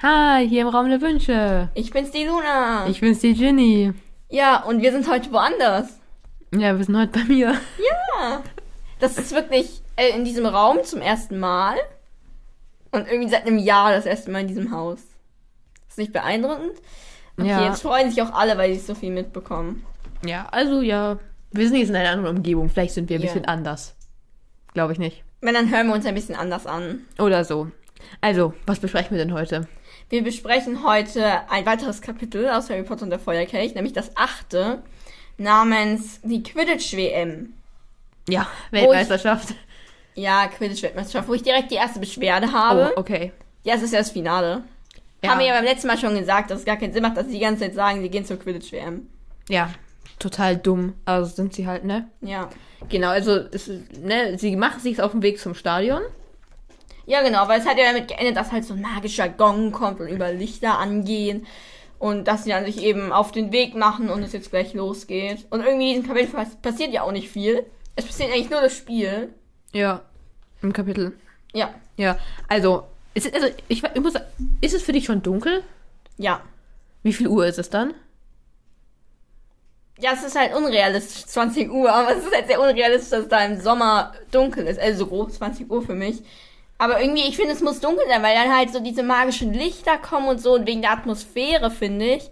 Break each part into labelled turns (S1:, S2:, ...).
S1: hier im Raum der Wünsche.
S2: Ich bin's, die Luna.
S1: Ich bin's, die Ginny.
S2: ja, und wir sind heute woanders.
S1: Ja, wir sind heute bei mir.
S2: Ja. Das ist wirklich äh, in diesem Raum zum ersten Mal. Und irgendwie seit einem Jahr das erste Mal in diesem Haus. Ist nicht beeindruckend? Okay,
S1: Ja.
S2: jetzt freuen sich auch alle, weil sie so viel mitbekommen.
S1: Ja, also ja. Wir sind jetzt in einer anderen Umgebung. Vielleicht sind wir ein
S2: Ja.
S1: bisschen anders. Glaube ich nicht.
S2: Wenn, dann hören wir uns ein bisschen anders an.
S1: Oder so. Also, was besprechen wir denn heute?
S2: Wir besprechen heute ein weiteres Kapitel aus Harry Potter und der Feuerkelch, nämlich das achte, namens die Quidditch-WM.
S1: Ja, Oh, Weltmeisterschaft.
S2: Ja, Quidditch-Weltmeisterschaft, wo ich direkt die erste Beschwerde habe.
S1: oh, okay.
S2: Ja, es ist ja das Finale.
S1: Ja.
S2: Haben wir ja beim letzten Mal schon gesagt, dass es gar keinen Sinn macht, dass sie die ganze Zeit sagen, sie gehen zur Quidditch-WM.
S1: ja, total dumm. Also sind sie halt, ne?
S2: Ja.
S1: Genau, also es, ist- ne, sie machen sich auf den Weg zum Stadion.
S2: Ja, genau, weil es hat ja damit geendet, dass halt so ein magischer Gong kommt und über Lichter angehen. Und dass sie dann sich eben auf den Weg machen und es jetzt gleich losgeht. Und irgendwie in diesem Kapitel pass- passiert ja auch nicht viel. Es passiert eigentlich nur das Spiel.
S1: Ja. Im Kapitel.
S2: Ja.
S1: Ja, also, ist, also ich, ich muss sagen, ist es für dich schon dunkel?
S2: Ja.
S1: Wie viel Uhr ist es dann?
S2: Ja, es ist halt unrealistisch, 20 Uhr, aber es ist halt sehr unrealistisch, dass es da im Sommer dunkel ist. Also so grob 20 Uhr für mich. Aber irgendwie, ich finde, es muss dunkel sein, weil dann halt so diese magischen Lichter kommen und so und wegen der Atmosphäre, finde ich.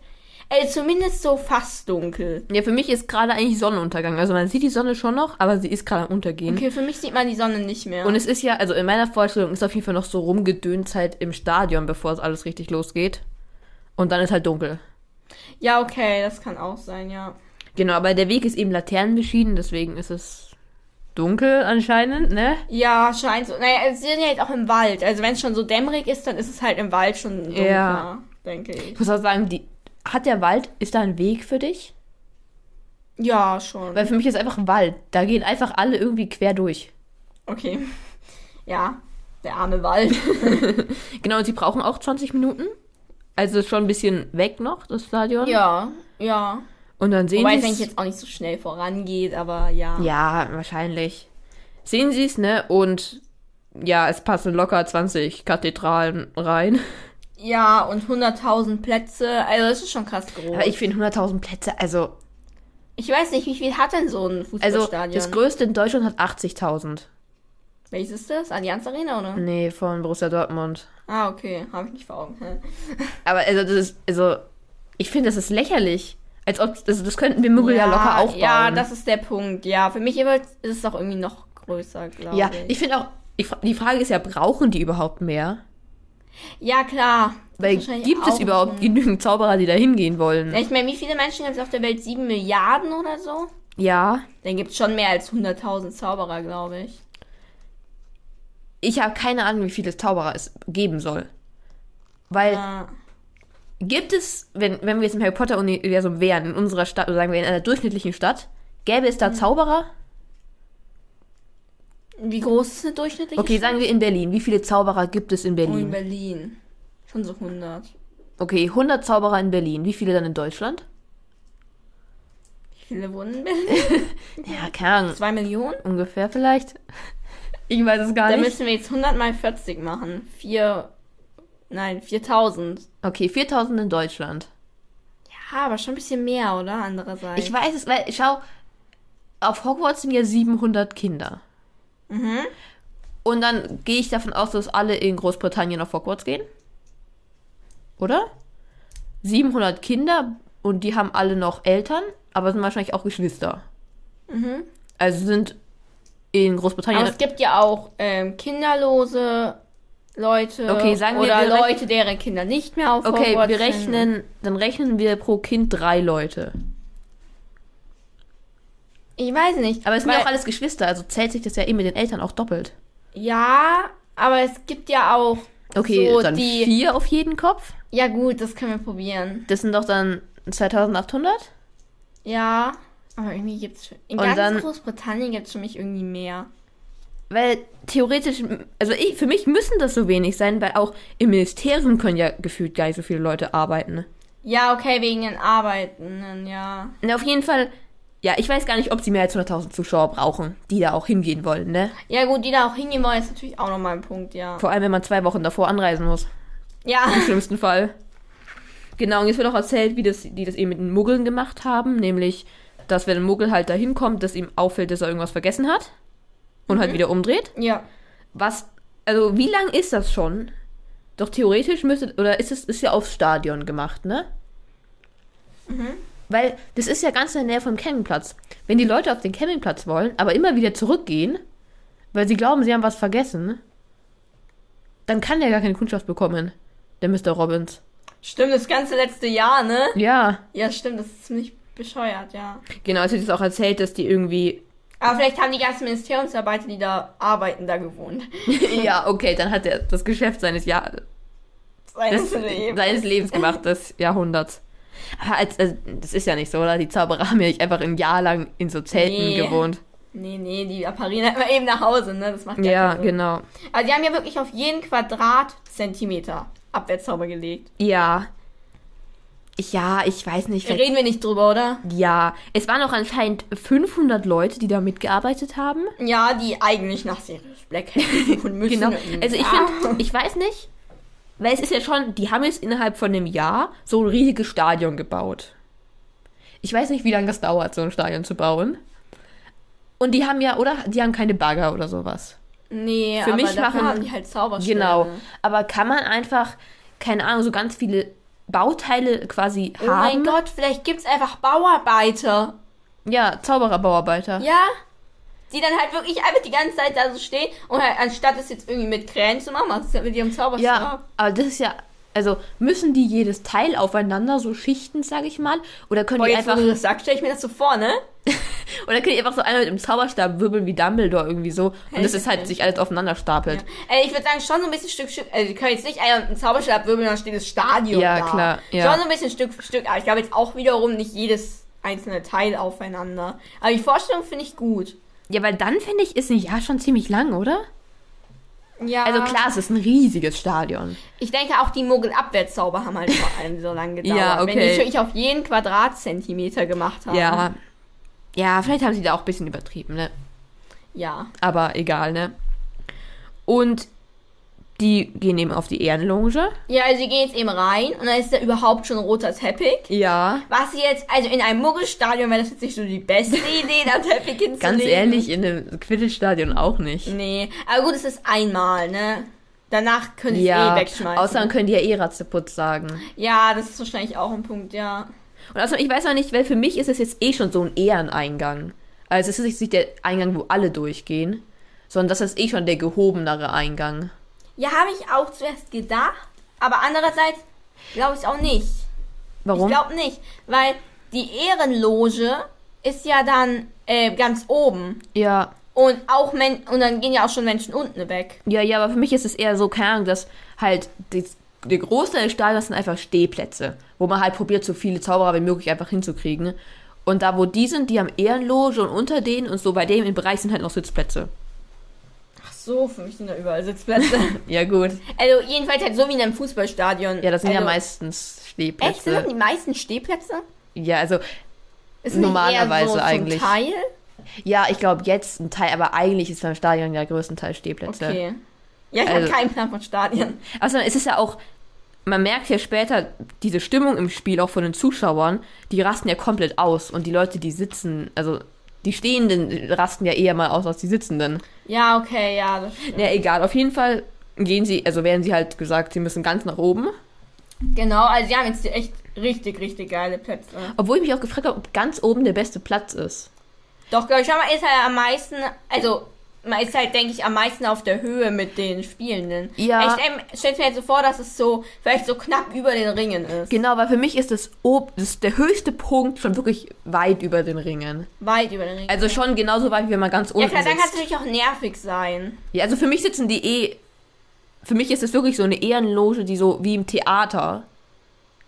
S2: Ey, zumindest so fast dunkel.
S1: Ja, für mich ist gerade eigentlich Sonnenuntergang. Also man sieht die Sonne schon noch, aber sie ist gerade am Untergehen.
S2: Okay, für mich sieht man die Sonne nicht mehr.
S1: Und es ist ja, also in meiner Vorstellung ist auf jeden Fall noch so rumgedönt halt im Stadion, bevor es alles richtig losgeht. Und dann ist halt dunkel.
S2: ja, okay, das kann auch sein, ja.
S1: Genau, aber der Weg ist eben laternenbeschieden, deswegen ist es dunkel anscheinend, ne?
S2: Ja, scheint so. Naja, sie sind ja jetzt auch im Wald. Also wenn es schon so dämmerig ist, dann ist es halt im Wald schon dunkler,
S1: Ja.
S2: denke ich.
S1: Ich muss auch sagen, die, hat der Wald, ist da ein Weg für dich?
S2: Ja, schon.
S1: Weil für mich ist einfach ein Wald. Da gehen einfach alle irgendwie quer durch.
S2: Okay. Ja, der arme Wald.
S1: Genau, und sie brauchen auch 20 Minuten. Also ist schon ein bisschen weg noch, das Stadion.
S2: ja, ja.
S1: Und dann sehen
S2: Wobei es
S1: sie
S2: eigentlich jetzt auch nicht so schnell vorangeht, aber ja.
S1: Ja, wahrscheinlich. Sehen sie es, ne? Und ja, es passen locker 20 Kathedralen rein.
S2: Ja, und 100.000 Plätze. Also das ist schon krass groß.
S1: Aber ich finde 100.000 Plätze, also.
S2: Ich weiß nicht, wie viel hat denn so ein
S1: Also,
S2: Fußballstadion?
S1: das größte in Deutschland hat 80.000.
S2: Welches ist das? Allianz Arena, oder?
S1: Nee, von Borussia Dortmund.
S2: Ah, okay. Habe ich nicht vor Augen. Hä?
S1: Aber, also, das ist, also, ich finde, das ist lächerlich. Als ob, also, das, das könnten wir Muggel ja, locker aufbauen.
S2: Ja, das ist der Punkt. Ja, für mich jeweils ist es auch irgendwie noch größer, glaube
S1: Ja,
S2: ich.
S1: ich finde auch, ich, fra- die Frage ist ja, brauchen die überhaupt mehr?
S2: Ja, klar. Das
S1: Weil
S2: ist wahrscheinlich
S1: gibt es
S2: auch-
S1: überhaupt genügend Zauberer, die da hingehen wollen?
S2: Ja, Ich meine, wie viele Menschen gibt es auf der Welt? Sieben Milliarden oder so?
S1: Ja.
S2: Dann gibt es schon mehr als 100.000 Zauberer, glaube ich.
S1: Ich habe keine Ahnung, wie viele Zauberer es geben soll. Weil
S2: Ja.
S1: gibt es, wenn, wenn wir jetzt im Harry Potter-Universum wären, in unserer Stadt, oder sagen wir in einer durchschnittlichen Stadt, gäbe es da Zauberer?
S2: Wie groß ist eine durchschnittliche
S1: Okay, sagen wir in Berlin. Wie viele Zauberer gibt es in
S2: Oh, in
S1: Berlin?
S2: Berlin. Schon so 100.
S1: Okay, 100 Zauberer in Berlin. Wie viele dann in Deutschland?
S2: Wie viele wohnen in Berlin?
S1: Ja, keine Ahnung.
S2: Zwei Millionen?
S1: Ungefähr vielleicht. Ich weiß es gar
S2: Da
S1: nicht.
S2: müssen wir jetzt 100 mal 40 machen. Vier. Nein, 4000.
S1: Okay, 4000 in Deutschland.
S2: Ja, aber schon ein bisschen mehr, oder? Andererseits.
S1: Ich weiß es, weil, schau, auf Hogwarts sind ja 700 Kinder.
S2: Mhm.
S1: Und dann gehe ich davon aus, dass alle in Großbritannien auf Hogwarts gehen. Oder? 700 Kinder und die haben alle noch Eltern, aber sind wahrscheinlich auch Geschwister.
S2: Mhm.
S1: Also sind in
S2: Aber
S1: Großbritannien.
S2: es gibt ja auch ähm, kinderlose Leute
S1: Okay, sagen wir,
S2: oder
S1: wir rechnen-
S2: Leute, deren Kinder nicht mehr auf
S1: Okay,
S2: Hogwarts
S1: wir
S2: sind.
S1: rechnen, dann rechnen wir pro Kind drei Leute.
S2: Ich weiß nicht.
S1: Aber es sind ja
S2: weil-
S1: auch alles Geschwister, also zählt sich das ja eh mit den Eltern auch doppelt.
S2: Ja, aber es gibt ja auch
S1: Okay,
S2: so
S1: dann
S2: die...
S1: vier auf jeden Kopf.
S2: Ja gut, das können wir probieren.
S1: Das sind doch dann 2800.
S2: Ja, aber irgendwie gibt's... In
S1: Und
S2: ganz
S1: dann-
S2: Großbritannien gibt's für mich irgendwie mehr.
S1: Weil theoretisch, also ich, für mich müssen das so wenig sein, weil auch im Ministerium können ja gefühlt gar nicht so viele Leute arbeiten. ne?
S2: Ja, okay, wegen den Arbeitenden, ja.
S1: Na, auf jeden Fall, ja, ich weiß gar nicht, ob sie mehr als 100.000 Zuschauer brauchen, die da auch hingehen wollen, ne?
S2: Ja gut, die da auch hingehen wollen, ist natürlich auch nochmal ein Punkt, ja.
S1: Vor allem, wenn man zwei Wochen davor anreisen muss.
S2: Ja.
S1: Im schlimmsten Fall. Genau, und jetzt wird auch erzählt, wie das, die das eben mit den Muggeln gemacht haben, nämlich, dass wenn ein Muggel halt da hinkommt, dass ihm auffällt, dass er irgendwas vergessen hat und halt wieder umdreht.
S2: Ja.
S1: Was, also wie lang ist das schon? Doch theoretisch müsste, oder ist es ist ja aufs Stadion gemacht, ne? Mhm. Weil das ist ja ganz in der Nähe vom Campingplatz. Wenn die Leute auf den Campingplatz wollen, aber immer wieder zurückgehen, weil sie glauben, sie haben was vergessen, dann kann der gar keine Kundschaft bekommen, der Mr. Robbins.
S2: Stimmt, das ganze letzte Jahr, ne?
S1: Ja,
S2: Ja, stimmt, das ist ziemlich bescheuert, ja.
S1: genau, es wird jetzt auch erzählt, dass die irgendwie.
S2: Aber vielleicht haben die ganzen Ministeriumsarbeiter, die da arbeiten, da gewohnt.
S1: ja, okay, dann hat er das Geschäft seines Jahr
S2: Seines
S1: des,
S2: Lebens.
S1: seines Lebens gemacht, des Jahrhunderts. Aber als, also, das ist ja nicht so, oder? Die Zauberer haben ja nicht einfach ein Jahr lang in so Zelten
S2: Nee.
S1: gewohnt.
S2: Nee, nee, die apparieren immer eben nach Hause, ne? Das macht gar
S1: Ja,
S2: keinen Sinn.
S1: genau.
S2: Also die haben ja wirklich auf jeden Quadratzentimeter Abwärtszauber gelegt.
S1: Ja. Ja, ich weiß nicht. vielleicht-
S2: Reden wir nicht drüber, oder?
S1: Ja, es waren auch anscheinend 500 Leute, die da mitgearbeitet haben.
S2: Ja, die eigentlich nach Sirius Black hätten suchen müssen.
S1: Genau. Also ich finde, ich weiß nicht, weil es ist ja schon, die haben jetzt innerhalb von einem Jahr so ein riesiges Stadion gebaut. Ich weiß nicht, wie lange das dauert, so ein Stadion zu bauen. Und die haben ja, oder? Die haben keine Bagger oder sowas.
S2: Nee,
S1: Für
S2: aber
S1: mich
S2: dafür
S1: machen-
S2: haben die halt Zauberstäbe.
S1: Genau. Aber kann man einfach, keine Ahnung, so ganz viele Bauteile quasi
S2: Oh mein
S1: haben?
S2: Gott, vielleicht gibt's einfach Bauarbeiter.
S1: Ja, Zauberer, Bauarbeiter.
S2: Ja? Die dann halt wirklich einfach die ganze Zeit da so stehen und halt, anstatt es jetzt irgendwie mit Krähen zu machen, machen sie es halt mit ihrem Zauberstab.
S1: Ja, aber das ist ja, also müssen die jedes Teil aufeinander so schichten, sage ich mal? Oder können
S2: Boah,
S1: die
S2: jetzt
S1: einfach
S2: wo du das sagst, stell ich mir das so vor, ne?
S1: Oder könnt ihr einfach so einmal mit dem Zauberstab wirbeln wie Dumbledore irgendwie so und das ist halt sich alles aufeinander stapelt.
S2: Ey, ich würde sagen, schon so ein bisschen Stück, Stück. Also, die können jetzt nicht einen Zauberstab wirbeln, dann steht das Stadion
S1: Ja,
S2: da.
S1: klar, ja.
S2: Schon so ein bisschen Stück für Stück. Aber ich glaube jetzt auch wiederum nicht jedes einzelne Teil aufeinander. Aber die Vorstellung finde ich gut.
S1: Ja, weil dann finde ich, ist ein Jahr schon ziemlich lang, oder?
S2: Ja.
S1: Also klar, es ist ein riesiges Stadion.
S2: Ich denke, auch die Muggelabwärtszauber haben halt vor allem so lange gedauert.
S1: Ja,
S2: Wenn die
S1: okay.
S2: natürlich auf jeden Quadratzentimeter gemacht haben.
S1: Ja. Ja, vielleicht haben sie da auch ein bisschen übertrieben, ne?
S2: Ja.
S1: Aber egal, ne? Und die gehen eben auf die Ehrenloge.
S2: Ja, also sie gehen jetzt eben rein und dann ist da überhaupt schon roter Teppich.
S1: Ja.
S2: Was sie jetzt, also in einem Muggelstadion wäre das jetzt nicht so die beste Idee, da Teppich hinzulegen.
S1: Ganz ehrlich, in einem Quidditch-Stadion auch nicht.
S2: Nee, aber gut, es ist einmal, ne? Danach können sie
S1: Ja,
S2: es eh wegschmeißen.
S1: außer dann können die ja eh Ratzeputz sagen.
S2: ja, das ist wahrscheinlich auch ein Punkt, ja.
S1: Und außerdem, ich weiß noch nicht, weil für mich ist es jetzt eh schon so ein Ehreneingang. Also es ist jetzt nicht der Eingang, wo alle durchgehen, sondern das ist eh schon der gehobenere Eingang.
S2: Ja, habe ich auch zuerst gedacht, aber andererseits glaube ich auch nicht.
S1: Warum?
S2: Ich glaube nicht, weil die Ehrenloge ist ja dann äh, ganz oben
S1: ja.
S2: und auch Men und dann gehen ja auch schon Menschen unten weg.
S1: Ja, ja, aber für mich ist es eher so, keine Ahnung, dass halt die, der Großteil des Stadions sind einfach Stehplätze, wo man halt probiert, so viele Zauberer wie möglich einfach hinzukriegen. Und da, wo die sind, die haben Ehrenloge und unter denen und so bei dem im Bereich sind halt noch Sitzplätze.
S2: Ach so, für mich sind da überall Sitzplätze.
S1: Ja, gut.
S2: also jedenfalls halt so wie in einem Fußballstadion.
S1: Ja, das sind
S2: also,
S1: ja meistens
S2: Echt, sind das
S1: Stehplätze.
S2: die meisten Stehplätze?
S1: Ja, also
S2: Ist nicht eher
S1: Normalerweise
S2: so zum
S1: eigentlich.
S2: Teil?
S1: Ja, ich glaube jetzt ein Teil, aber eigentlich ist beim Stadion ja größtenteils Stehplätze. Okay.
S2: Okay. Ja, ich
S1: Also-
S2: habe keinen Plan von Stadien.
S1: Also es ist ja auch, man merkt ja später diese Stimmung im Spiel auch von den Zuschauern, die rasten ja komplett aus und die Leute, die sitzen, also die Stehenden rasten ja eher mal aus als die Sitzenden.
S2: Ja, okay, ja. Das stimmt.
S1: Ja, egal, auf jeden Fall gehen sie, also werden sie halt gesagt, sie müssen ganz nach oben.
S2: Genau, also die haben jetzt echt richtig, richtig geile Plätze.
S1: Obwohl ich mich auch gefragt habe, ob ganz oben der beste Platz ist.
S2: Doch, glaube ich, aber ist halt am meisten, also man ist halt, denke ich, am meisten auf der Höhe mit den Spielenden.
S1: Ja.
S2: Ich ähm, stelle mir jetzt so vor, dass es so, vielleicht so knapp über den Ringen ist.
S1: Genau, weil für mich ist das, ob, das ist der höchste Punkt schon wirklich weit über den Ringen.
S2: Weit über den Ringen.
S1: Also schon genauso weit, wie wenn man ganz unten
S2: ja, klar, dann
S1: sitzt.
S2: kann es natürlich auch nervig sein.
S1: Ja, also für mich sitzen die eh. Für mich ist es wirklich so eine Ehrenloge, die so wie im Theater.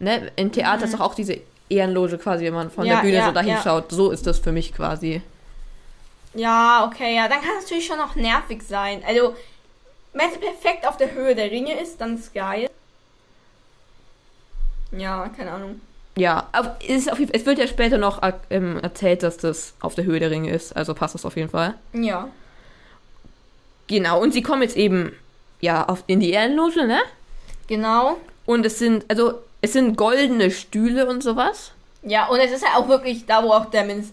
S1: Ne? Im Theater ist doch auch diese Ehrenloge quasi, wenn man von
S2: Mhm. Ja,
S1: der Bühne
S2: ja,
S1: so dahin
S2: ja.
S1: schaut. So ist das für mich quasi.
S2: Ja, okay, ja, dann kann es natürlich schon auch nervig sein. Also, wenn es perfekt auf der Höhe der Ringe ist, dann ist geil. Ja, keine Ahnung.
S1: Ja, aber es, ist auf, jeden- es wird ja später noch äh, ähm, erzählt, dass das auf der Höhe der Ringe ist. Also passt das auf jeden Fall.
S2: Ja.
S1: Genau, und sie kommen jetzt eben ja auf, in die Ehrenloge, ne?
S2: Genau.
S1: Und es sind, also, es sind goldene Stühle und sowas.
S2: Ja, und es ist ja auch wirklich da, wo auch der, Minis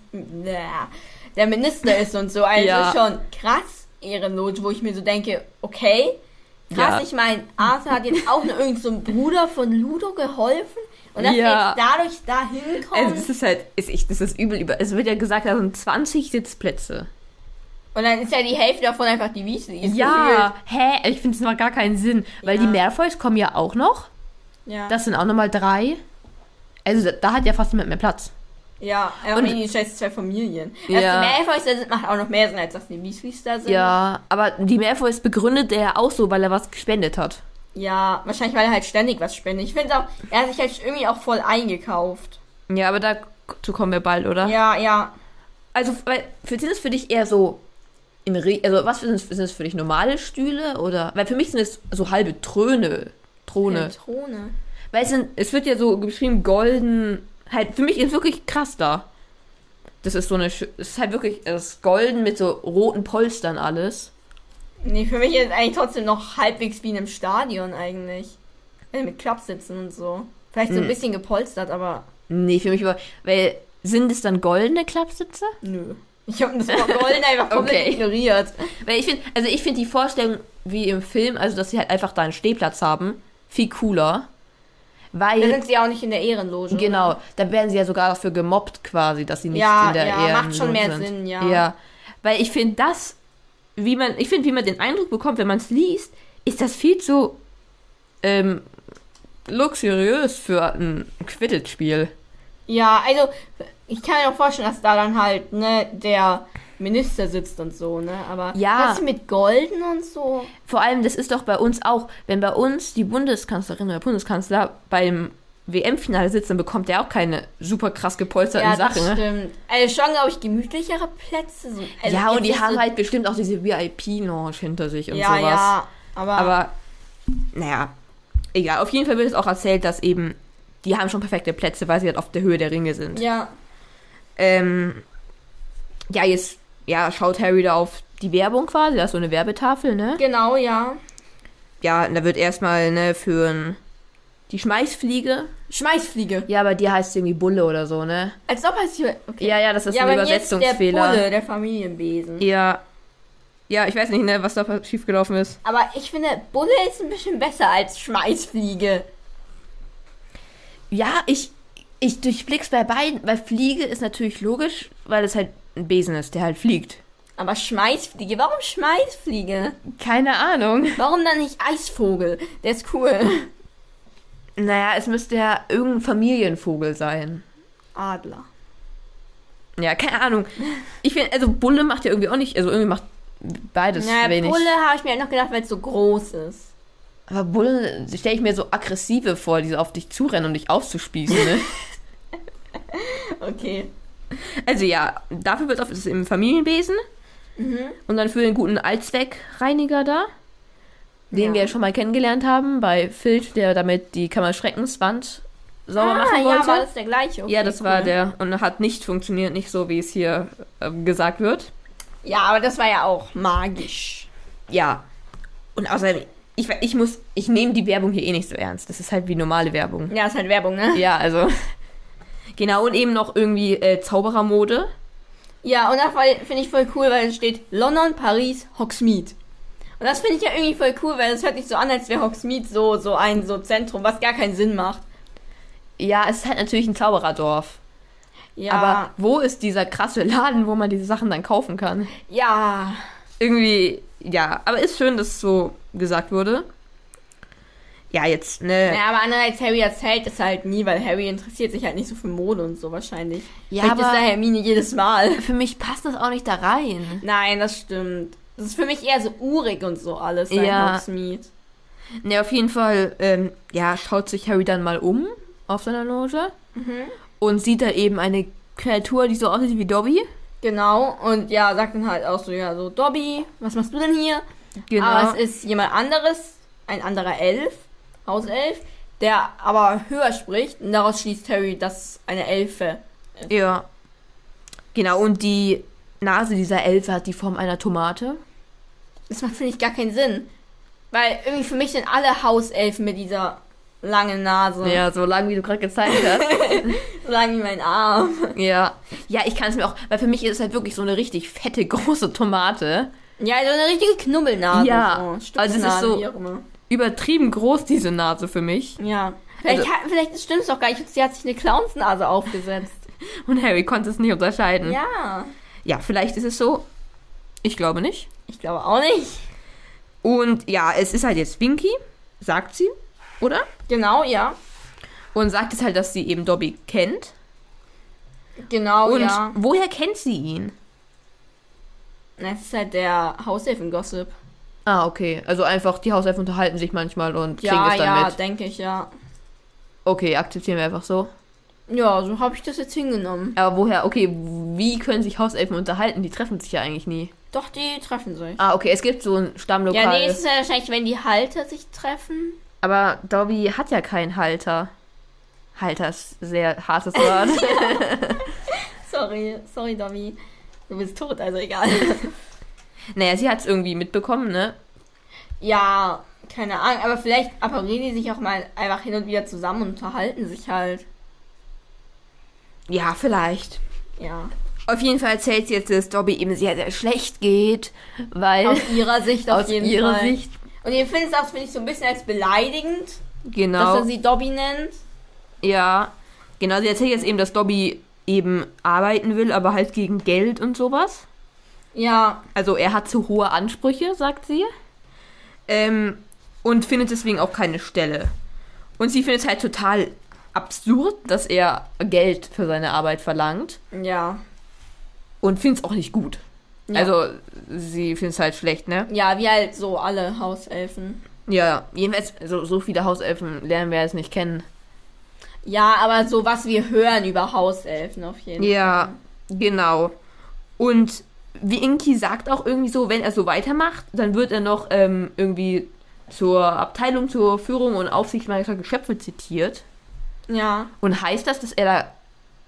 S2: der Minister ist und so. Also
S1: Ja.
S2: schon krass ehrenlos, wo ich mir so denke, okay, krass,
S1: Ja.
S2: ich meine, Arthur hat jetzt auch nur irgend so einem Bruder von Ludo geholfen und dass
S1: Ja.
S2: wir jetzt dadurch da hinkommen.
S1: Also, es ist halt, ist ich, das ist übel über. Es wird ja gesagt, da sind 20 Sitzplätze.
S2: und dann ist ja die Hälfte davon einfach die Weasleys.
S1: Ja, hä? Ich finde es macht gar keinen Sinn, weil die
S2: Ja.
S1: Malfoys kommen ja auch noch.
S2: gefühlt. Ja.
S1: Das sind auch nochmal drei. Also da, da hat ja fast niemand mehr Platz.
S2: ja, und
S1: Und-
S2: die scheiß zwei Familien.
S1: Ja.
S2: Dass die Malfoys da sind, macht auch noch mehr Sinn, als dass die Weasleys da sind.
S1: Ja, aber die Malfoys begründet er ja auch so, weil er was gespendet hat.
S2: Ja, wahrscheinlich, weil er halt ständig was spendet. Ich finde auch, er hat sich halt irgendwie auch voll eingekauft.
S1: Ja, aber dazu kommen wir bald, oder?
S2: Ja, ja.
S1: Also, weil, für, sind es für dich eher so. In Re also, was sind es, sind es für dich? Normale Stühle? Oder. Weil für mich sind es so halbe Tröne. Throne.
S2: Zitrone.
S1: Weil es, sind, es wird ja so geschrieben, golden. Halt, für mich ist wirklich krass da. Das ist so eine. schö- Es ist halt wirklich. Es ist golden mit so roten Polstern alles.
S2: Nee, für mich ist es eigentlich trotzdem noch halbwegs wie in einem Stadion eigentlich. Also mit Klappsitzen und so. Vielleicht
S1: Hm.
S2: so ein bisschen gepolstert, aber
S1: Nee, für mich war. Weil. Sind es dann goldene Klappsitze?
S2: nö. Ich habe das Wort Golden einfach komplett
S1: Okay.
S2: ignoriert.
S1: Weil ich finde, also ich finde die Vorstellung wie im Film, also dass sie halt einfach da einen Stehplatz haben, viel cooler. Weil.
S2: Da sind sie auch nicht in der Ehrenloge. oder?
S1: Genau, da werden sie ja sogar dafür gemobbt quasi, dass sie nicht
S2: Ja,
S1: in der
S2: ja,
S1: Ehe
S2: macht
S1: nun
S2: schon mehr
S1: sind.
S2: Sinn, ja.
S1: Ja, weil ich finde das, wie man, ich finde, wie man den Eindruck bekommt, wenn man es liest, ist das viel zu ähm, luxuriös für ein Quidditch-Spiel.
S2: Ja, also ich kann mir auch vorstellen, dass da dann halt, ne, der Minister sitzt und so, ne? Aber
S1: Ja.
S2: was mit Golden und so?
S1: Vor allem, das ist doch bei uns auch, wenn bei uns die Bundeskanzlerin oder Bundeskanzler beim WM-Finale sitzt, dann bekommt der auch keine super krass gepolsterten
S2: Ja,
S1: Sachen.
S2: das
S1: ne?
S2: stimmt. Also schon, glaube ich, gemütlichere Plätze. So. Also
S1: ja,
S2: jetzt
S1: und die
S2: nicht
S1: haben
S2: so-
S1: halt bestimmt auch diese VIP-Lounge hinter sich und
S2: ja,
S1: sowas.
S2: ja. Aber,
S1: Aber, naja, egal. Auf jeden Fall wird es auch erzählt, dass eben, die haben schon perfekte Plätze, weil sie halt auf der Höhe der Ringe sind.
S2: ja,
S1: Ähm, ja, jetzt ja, schaut Harry da auf die Werbung quasi, da ist so eine Werbetafel, ne?
S2: genau, ja.
S1: Ja, und da wird erstmal, ne, für ein, die Schmeißfliege.
S2: Schmeißfliege.
S1: Ja, bei dir heißt sie irgendwie Bulle oder so, ne?
S2: Als ob es hier. Okay.
S1: Ja, ja, das ist
S2: ja,
S1: ein
S2: bei mir ist der
S1: Übersetzungsfehler.
S2: Bulle, der Familienbesen.
S1: ja. Ja, ich weiß nicht, ne, was da schiefgelaufen ist.
S2: Aber ich finde, Bulle ist ein bisschen besser als Schmeißfliege.
S1: Ja, ich, ich durchblick's bei beiden, weil Fliege ist natürlich logisch, weil es halt ein Besen ist, der halt fliegt.
S2: Aber Schmeißfliege, warum Schmeißfliege?
S1: Keine Ahnung.
S2: Warum dann nicht Eisvogel? Der ist cool.
S1: Naja, es müsste ja irgendein Familienvogel sein.
S2: Adler.
S1: Ja, keine Ahnung. Ich finde, also Bulle macht ja irgendwie auch nicht, also irgendwie macht beides
S2: Na,
S1: wenig.
S2: Bulle habe ich mir halt noch gedacht, weil es so groß ist.
S1: Aber Bulle stelle ich mir so aggressive vor, die so auf dich zurennen, um dich aufzuspießen, ne?
S2: Okay.
S1: also ja, dafür wird auf, ist es im Familienbesen. Und dann für den guten Allzweckreiniger da, den
S2: Ja.
S1: wir ja schon mal kennengelernt haben, bei Filch, der damit die Kammer Schreckenswand sauber machen
S2: ja,
S1: wollte.
S2: war das der gleiche? Okay,
S1: ja, Ah, das war
S2: cool.
S1: der. Und hat nicht funktioniert, nicht so, wie es hier ähm, gesagt wird.
S2: Ja, aber das war ja auch magisch.
S1: Ja. Und außerdem, ich, ich muss, ich nehme die Werbung hier eh nicht so ernst. Das ist halt wie normale Werbung.
S2: Ja, ist halt Werbung, ne?
S1: Ja, also. Genau, und eben noch irgendwie äh, Zauberermode.
S2: Ja, und das war- finde ich voll cool, weil es steht London, Paris, Hogsmeade. Und das finde ich ja irgendwie voll cool, weil es hört sich so an, als wäre Hogsmeade so, so ein so Zentrum, was gar keinen Sinn macht.
S1: Ja, es ist halt natürlich ein Zaubererdorf.
S2: Ja.
S1: Aber wo ist dieser krasse Laden, wo man diese Sachen dann kaufen kann?
S2: ja.
S1: Irgendwie, ja, aber ist schön, dass es so gesagt wurde. Ja, jetzt, ne.
S2: Ja, aber andererseits, Harry erzählt es halt nie, weil Harry interessiert sich halt nicht so für Mode und so wahrscheinlich.
S1: Ja,
S2: Vielleicht ist
S1: aber-
S2: da Hermine jedes Mal.
S1: Für mich passt das auch nicht da rein.
S2: Nein, das stimmt. Das ist für mich eher so urig und so alles, sein
S1: Ja.
S2: Hogsmeade.
S1: Ne, auf jeden Fall, ähm, ja, schaut sich Harry dann mal um auf seiner Loge
S2: Mhm.
S1: und sieht da eben eine Kreatur, die so aussieht wie Dobby.
S2: Genau, und ja, sagt dann halt auch so, ja, so, Dobby, was machst du denn hier?
S1: Genau.
S2: Aber es ist jemand anderes, ein anderer Elf, Hauself, der aber höher spricht. Und daraus schließt Harry, dass eine Elfe.
S1: ja. Genau, und die Nase dieser Elfe hat die Form einer Tomate.
S2: Das macht, finde ich, gar keinen Sinn. Weil irgendwie für mich sind alle Hauselfen mit dieser lange Nase.
S1: Ja, so lang, wie du gerade gezeigt hast.
S2: So lang wie mein Arm.
S1: ja. Ja, ich kann es mir auch, weil für mich ist es halt wirklich so eine richtig fette, große Tomate.
S2: Ja, so eine richtige Knubbelnase.
S1: Ja, also
S2: So.
S1: das ist
S2: Stupsnase,
S1: so-
S2: wie auch immer.
S1: Übertrieben groß, diese Nase für mich.
S2: Ja. Vielleicht,
S1: Also-
S2: hat, vielleicht stimmt es doch gar nicht. Sie hat sich eine Clownsnase aufgesetzt.
S1: Und Harry konnte es nicht unterscheiden.
S2: ja.
S1: ja, vielleicht ist es so. Ich glaube nicht.
S2: Ich glaube auch nicht.
S1: Und ja, es ist halt jetzt Winky, sagt sie, oder?
S2: Genau, ja.
S1: Und sagt es halt, dass sie eben Dobby kennt.
S2: Genau,
S1: Und
S2: ja.
S1: woher kennt sie ihn?
S2: Das ist halt der Hauselfen-Gossip.
S1: Ah, okay. Also einfach, die Hauselfen unterhalten sich manchmal und kriegen
S2: Ja,
S1: es dann
S2: ja,
S1: mit.
S2: denke ich, ja.
S1: Okay, akzeptieren wir einfach so.
S2: Ja, so habe ich das jetzt hingenommen.
S1: Aber woher, okay, wie können sich Hauselfen unterhalten? Die treffen sich ja eigentlich nie.
S2: Doch, die treffen sich.
S1: Ah, okay, es gibt so ein Stammlokal.
S2: Ja, nee, es ist ja wahrscheinlich, wenn die Halter sich treffen.
S1: Aber Dobby hat ja keinen Halter. Halter ist ein sehr hartes Wort.
S2: Sorry, sorry, Domi. Du bist tot, also egal.
S1: naja, sie hat es irgendwie mitbekommen, ne?
S2: ja, keine Ahnung, aber vielleicht apparieren die sich auch mal einfach hin und wieder zusammen und unterhalten sich halt.
S1: Ja, vielleicht.
S2: Ja.
S1: Auf jeden Fall erzählt sie jetzt, dass Dobby eben sehr, sehr schlecht geht, weil
S2: Aus ihrer Sicht auf
S1: aus
S2: jeden
S1: ihrer
S2: Fall.
S1: Sicht,
S2: Und ihr findet es auch, finde ich, so ein bisschen als beleidigend, dass
S1: genau,
S2: er sie Dobby nennt.
S1: ja, genau, sie erzählt jetzt eben, dass Dobby eben arbeiten will, aber halt gegen Geld und sowas.
S2: Ja,
S1: Also er hat zu hohe Ansprüche, sagt sie. Ähm, und findet deswegen auch keine Stelle. Und sie findet es halt total absurd, dass er Geld für seine Arbeit verlangt.
S2: ja.
S1: Und findet es auch nicht gut.
S2: Ja.
S1: Also sie findet es halt schlecht, ne?
S2: Ja, wie halt so alle Hauselfen.
S1: Ja, jedenfalls, so, so viele Hauselfen lernen wir jetzt nicht kennen.
S2: Ja, aber so was wir hören über Hauselfen auf jeden Fall.
S1: Ja, genau. Und wie Inki sagt auch irgendwie so, wenn er so weitermacht, dann wird er noch ähm, irgendwie zur Abteilung, zur Führung und Aufsicht meiner Geschöpfe zitiert.
S2: Ja.
S1: Und heißt das, dass er da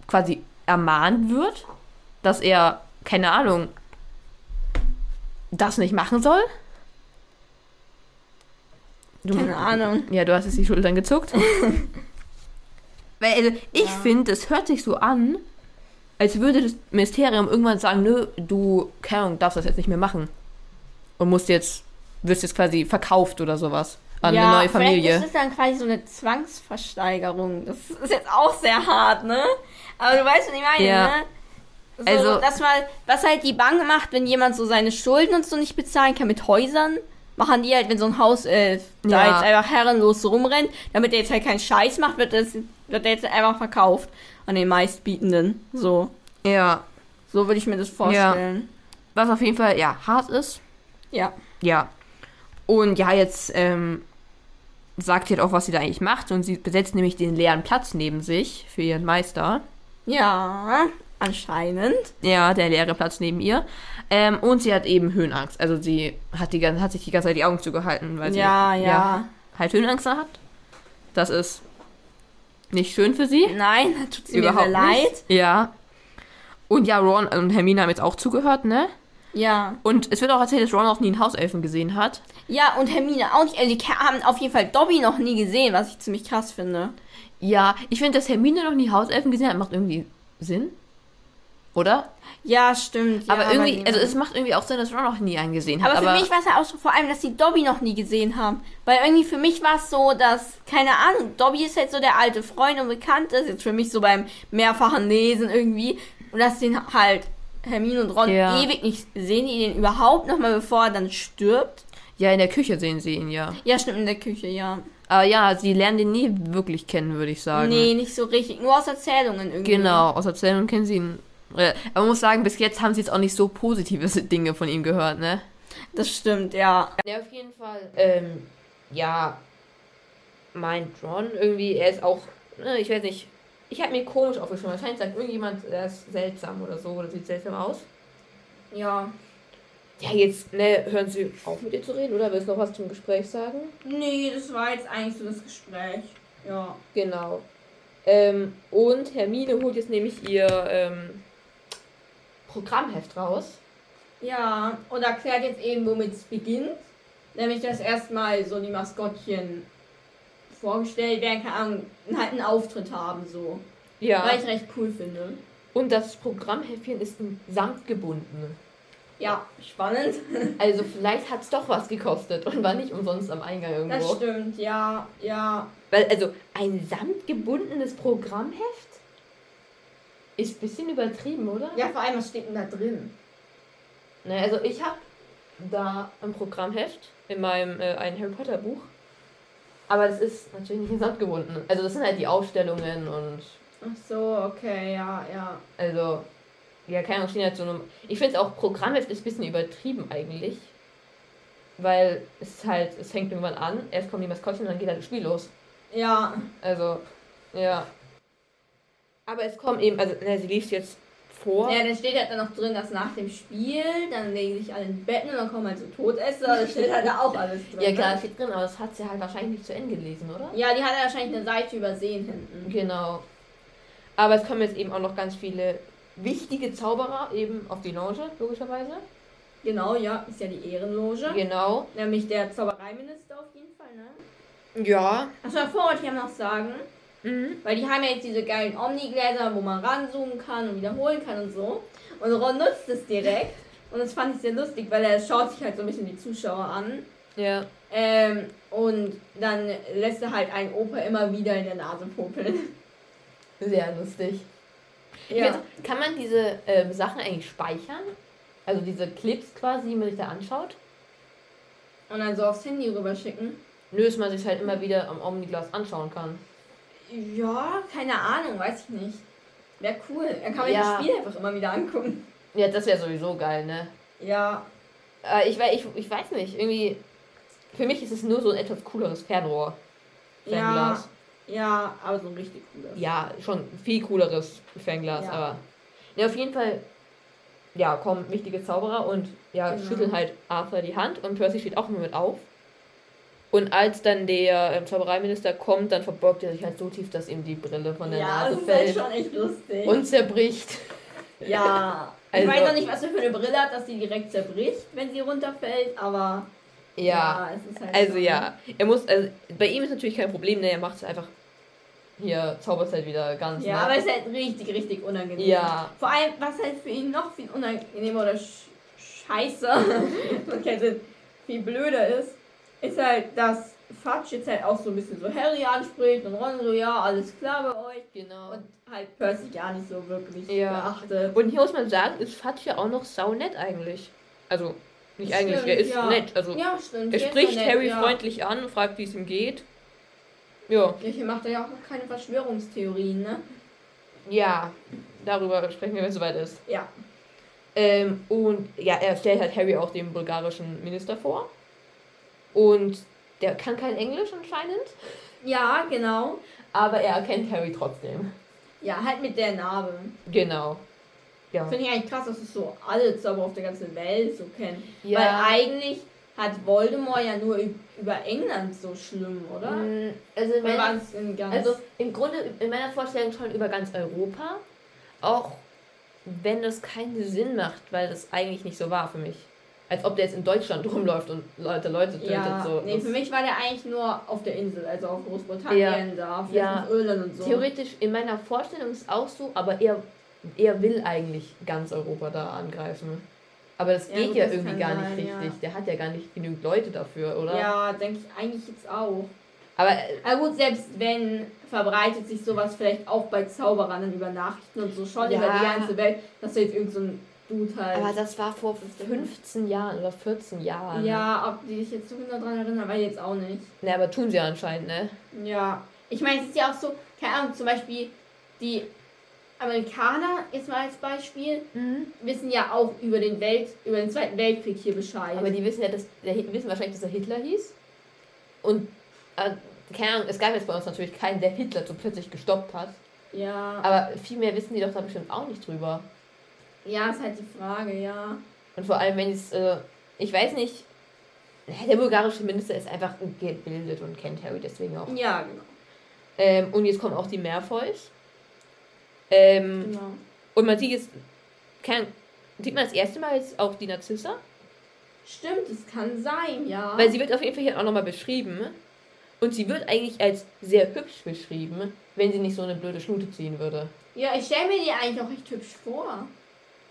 S1: quasi ermahnt wird, dass er, keine Ahnung, das nicht machen soll? Du,
S2: Keine Ahnung.
S1: Ja, du hast jetzt die Schultern gezuckt. Weil, also, ich
S2: Ja.
S1: finde, es hört sich so an, als würde das Ministerium irgendwann sagen, nö, du, keine Ahnung, darfst das jetzt nicht mehr machen. Und musst jetzt, wirst jetzt quasi verkauft oder sowas an
S2: ja,
S1: eine neue
S2: Vielleicht ist
S1: Familie.
S2: das dann quasi so eine Zwangsversteigerung. Das ist jetzt auch sehr hart, ne? Aber du weißt, was ich meine,
S1: Ja.
S2: ne? So,
S1: Also-
S2: also, dass mal, was halt die Bank macht, wenn jemand so seine Schulden und so nicht bezahlen kann mit Häusern, machen die halt, wenn so ein Hauself da
S1: Ja.
S2: jetzt einfach herrenlos rumrennt, damit er jetzt halt keinen Scheiß macht, wird, das, wird der jetzt einfach verkauft an den meistbietenden. So.
S1: Ja,
S2: So würde ich mir das vorstellen.
S1: was auf jeden Fall, ja, hart ist.
S2: Ja.
S1: Ja. Und ja, jetzt ähm, sagt sie halt auch, was sie da eigentlich macht. Und sie besetzt nämlich den leeren Platz neben sich für ihren Meister.
S2: Ja. Anscheinend.
S1: Ja, der leere Platz neben ihr. Ähm, und sie hat eben Höhenangst. Also sie hat, die, gan- hat sich die ganze Zeit die Augen zugehalten, weil sie
S2: ja, ja.
S1: halt Höhenangst hat. Das ist nicht schön für sie.
S2: Nein, das tut sie mir
S1: Überhaupt
S2: sehr leid.
S1: nicht. Ja. Und ja, Ron und Hermine haben jetzt auch zugehört, ne?
S2: Ja.
S1: Und es wird auch erzählt, dass Ron auch nie einen Hauselfen gesehen hat.
S2: Ja, und Hermine auch nicht. Also, die ke- haben auf jeden Fall Dobby noch nie gesehen, was ich ziemlich krass finde.
S1: Ja, ich finde, dass Hermine noch nie Hauselfen gesehen hat, macht irgendwie Sinn. Oder?
S2: Ja, stimmt. Ja,
S1: aber irgendwie,
S2: die-
S1: also es macht irgendwie auch Sinn, dass Ron noch nie einen gesehen hat.
S2: aber für mich war es ja auch so vor allem, dass die Dobby noch nie gesehen haben. Weil irgendwie für mich war es so, dass, keine Ahnung, Dobby ist halt so der alte Freund und bekannt ist, jetzt für mich so beim mehrfachen Lesen irgendwie. Und dass den halt Hermine und Ron
S1: Ja.
S2: ewig nicht sehen, die den überhaupt nochmal, bevor er dann stirbt.
S1: ja, in der Küche sehen sie ihn ja.
S2: Ja, stimmt, in der Küche, ja.
S1: Aber ja, sie lernen den nie wirklich kennen, würde ich sagen.
S2: Nee, nicht so richtig. Nur aus Erzählungen irgendwie.
S1: Genau, aus Erzählungen kennen sie ihn. Äh, Aber man muss sagen, bis jetzt haben sie jetzt auch nicht so positive Dinge von ihm gehört, ne?
S2: Das stimmt, ja.
S1: Ja, auf jeden Fall. Ähm, ja, meint Ron irgendwie, er ist auch, ne, ich weiß nicht, ich habe mir komisch aufgeschrieben. Wahrscheinlich sagt irgendjemand, er ist seltsam oder so oder sieht seltsam aus.
S2: Ja.
S1: Ja, jetzt, ne, hören Sie auf mit ihr zu reden oder willst du noch was zum Gespräch sagen?
S2: Nee, das war jetzt eigentlich so das Gespräch. Ja.
S1: Genau. Ähm, und Hermine holt jetzt nämlich ihr ähm, Programmheft raus.
S2: Ja, und erklärt jetzt eben, womit es beginnt. Nämlich, dass erstmal so die Maskottchen vorgestellt werden, keine Ahnung, halt einen Auftritt haben, so.
S1: Ja.
S2: Weil ich recht cool finde.
S1: Und das Programmheftchen ist in Samt gebunden.
S2: Ja, spannend.
S1: Also vielleicht hat es doch was gekostet und war nicht umsonst am Eingang
S2: Das
S1: irgendwo.
S2: stimmt, ja, ja.
S1: Weil, also ein samtgebundenes Programmheft ist ein bisschen übertrieben, oder?
S2: Ja, vor allem, was steht denn da drin?
S1: Naja, also ich habe da ein Programmheft in meinem äh, ein Harry Potter Buch. Aber das ist natürlich nicht in Samt gebunden. Also das sind halt die Ausstellungen und
S2: Ach so, okay, ja, ja.
S1: also ja, keine Ahnung, stehen halt so einem. Ich finde es auch Programmheft ist ein bisschen übertrieben eigentlich. Weil es ist halt, es fängt irgendwann an, erst kommen die Maskottchen und dann geht halt das Spiel los.
S2: Ja,
S1: Also, ja. Aber es kommen eben, also na, sie liest jetzt vor.
S2: Ja, dann steht halt dann noch drin, dass nach dem Spiel, dann legen sich alle in die Betten und dann kommen halt so Todesser, da steht halt da auch alles drin.
S1: Ja, klar,
S2: ne?
S1: steht drin, aber das hat sie halt wahrscheinlich nicht zu Ende gelesen, oder?
S2: Ja, die hat er wahrscheinlich eine Seite übersehen hinten.
S1: Genau. Aber es kommen jetzt eben auch noch ganz viele wichtige Zauberer eben auf die Lounge, logischerweise.
S2: Genau, ja, ist ja die Ehrenloge.
S1: Genau.
S2: Nämlich der Zaubereiminister auf jeden Fall, ne?
S1: Ja.
S2: Achso, davor wollte ich ja noch sagen,
S1: Mhm.
S2: weil die haben ja jetzt diese geilen Omnigläser, wo man ranzoomen kann und wiederholen kann und so. Und Ron nutzt es direkt. Und das fand ich sehr lustig, weil er schaut sich halt so ein bisschen die Zuschauer an.
S1: Ja.
S2: Ähm, und dann lässt er halt einen Opa immer wieder in der Nase popeln.
S1: Sehr lustig. Jetzt, kann man diese ähm, Sachen eigentlich speichern? Also diese Clips quasi, die man sich da anschaut?
S2: Und dann so aufs Handy rüberschicken.
S1: Nö, dass man sich halt immer wieder am Omniglas anschauen kann.
S2: Ja, keine Ahnung, weiß ich nicht. Wäre cool. Dann kann man
S1: Ja.
S2: das Spiel einfach immer wieder angucken.
S1: Ja, das wäre sowieso geil, ne?
S2: Ja.
S1: Äh, ich, wei- ich, ich weiß nicht, irgendwie. Für mich ist es nur so ein etwas cooleres Fernrohr.
S2: Ja.
S1: Fernglas.
S2: Ja, aber so ein richtig cooler.
S1: Ja, schon viel cooleres Fernglas,
S2: Ja.
S1: aber. Ja, auf jeden Fall. Ja, kommen wichtige Zauberer und ja,
S2: Genau.
S1: schütteln halt Arthur die Hand und Percy steht auch nur mit auf. Und als dann der ähm, Zaubereiminister kommt, dann verbirgt er sich halt so tief, dass ihm die Brille von der
S2: Ja,
S1: Nase
S2: das ist halt
S1: fällt
S2: schon echt lustig.
S1: und zerbricht.
S2: ja.
S1: Also-
S2: ich weiß noch nicht, was er für eine Brille hat, dass die direkt zerbricht, wenn sie runterfällt, aber
S1: ja.
S2: es ist halt
S1: Also
S2: schon-
S1: ja, er muss, also bei ihm ist natürlich kein Problem, ne, er macht es einfach hier, zaubert halt wieder ganz.
S2: Ja,
S1: ne?
S2: aber es ist halt richtig, richtig unangenehm.
S1: Ja.
S2: Vor allem, was halt für ihn noch viel unangenehmer oder sch scheiße, macht keinen Sinn, viel blöder ist, ist halt, dass Fatsch jetzt halt auch so ein bisschen so Harry anspricht und Ron so, ja, alles klar bei euch.
S1: genau.
S2: Und halt Percy gar nicht so wirklich
S1: Ja.
S2: beachtet.
S1: Und hier muss man sagen, ist Fatih auch noch saunett eigentlich. Also, nicht
S2: Stimmt,
S1: eigentlich, er ist
S2: ja.
S1: nett. Also,
S2: ja, stimmt.
S1: er
S2: hier ist
S1: spricht
S2: nett,
S1: Harry
S2: ja.
S1: freundlich an, fragt, wie es ihm geht. Ja.
S2: Ja, Hier macht er ja auch noch keine Verschwörungstheorien, ne?
S1: Ja, darüber sprechen wir, wenn es soweit ist.
S2: Ja.
S1: Ähm, und ja, er stellt halt Harry auch dem bulgarischen Minister vor. Und der kann kein Englisch anscheinend,
S2: Ja, genau.
S1: aber er erkennt Harry trotzdem.
S2: Ja, halt mit der Narbe.
S1: Genau. Ja.
S2: Finde ich eigentlich krass, dass es so alle Zauberer auf der ganzen Welt so kennen.
S1: Ja.
S2: Weil eigentlich hat Voldemort ja nur ü- über England so schlimm, oder?
S1: Mm, Also, in
S2: Oder war
S1: meiner,
S2: es in ganz.
S1: also im Grunde in meiner Vorstellung schon über ganz Europa, auch wenn das keinen Sinn macht, weil das eigentlich nicht so war für mich. Als ob der jetzt in Deutschland rumläuft und Leute Leute tötet.
S2: ja,
S1: so.
S2: nee,
S1: Das-
S2: für mich war der eigentlich nur auf der Insel, also auf Großbritannien da, vielleicht
S1: Ja.
S2: auf Irland und so.
S1: Theoretisch in meiner Vorstellung ist es auch so, aber er, er will eigentlich ganz Europa da angreifen. Aber das
S2: Ja,
S1: geht
S2: gut,
S1: ja
S2: das
S1: irgendwie
S2: kann
S1: gar
S2: sein,
S1: nicht
S2: ja.
S1: richtig. Der hat ja gar nicht genügend Leute dafür, oder?
S2: Ja, denke ich eigentlich jetzt auch.
S1: Aber äh,
S2: Aber gut, selbst wenn, verbreitet sich sowas vielleicht auch bei Zauberern dann über Nachrichten und so schon
S1: Ja.
S2: über die ganze Welt, dass du jetzt irgend so ein Dude halt.
S1: aber das war vor 15 Jahren oder 14 Jahren.
S2: ja, ob die dich jetzt so genau dran erinnern, weiß ich jetzt auch nicht.
S1: Ne, aber tun sie ja anscheinend, ne?
S2: Ja, ich meine, es ist ja auch so, keine Ahnung, zum Beispiel die Amerikaner, jetzt mal als Beispiel, wissen ja auch über den Welt, über den Zweiten Weltkrieg hier Bescheid.
S1: Aber die wissen ja, dass der, Hit- wissen wahrscheinlich, dass er Hitler hieß. Und äh, keine Ahnung, es gab jetzt bei uns natürlich keinen, der Hitler so plötzlich gestoppt hat.
S2: ja,
S1: Aber viel mehr wissen die doch da bestimmt auch nicht drüber.
S2: ja, ist halt die Frage, ja.
S1: Und vor allem, wenn es, äh, ich weiß nicht, Hä, der bulgarische Minister ist einfach gebildet und kennt Harry deswegen auch.
S2: Ja, genau.
S1: Ähm, und jetzt kommen auch die Merfolds. Ähm,
S2: genau.
S1: und man sieht jetzt, keine Ahnung, sieht man das erste Mal jetzt auch die Narzissa?
S2: Stimmt, es kann sein, ja.
S1: Weil sie wird auf jeden Fall hier auch nochmal beschrieben. Und sie wird eigentlich als sehr hübsch beschrieben, wenn sie nicht so eine blöde Schnute ziehen würde.
S2: Ja, ich stelle mir die eigentlich auch recht hübsch vor.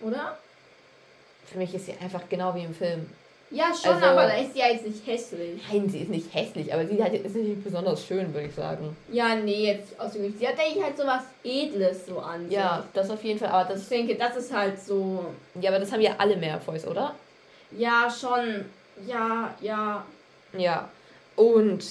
S2: Oder?
S1: Für mich ist sie einfach genau wie im Film.
S2: Ja, schon,
S1: Also-
S2: aber da ist sie ja jetzt nicht hässlich.
S1: Nein, sie ist nicht hässlich, aber sie hat, ist nicht besonders schön, würde ich sagen.
S2: Ja, nee, jetzt nicht ausgewählt. Sie hat eigentlich halt so was Edles so an. sich.
S1: Ja, das auf jeden Fall. Aber
S2: Ich
S1: das,
S2: denke, das ist halt so.
S1: ja, aber das haben ja alle Malfoys, oder?
S2: Ja, schon. Ja, ja.
S1: Ja. Und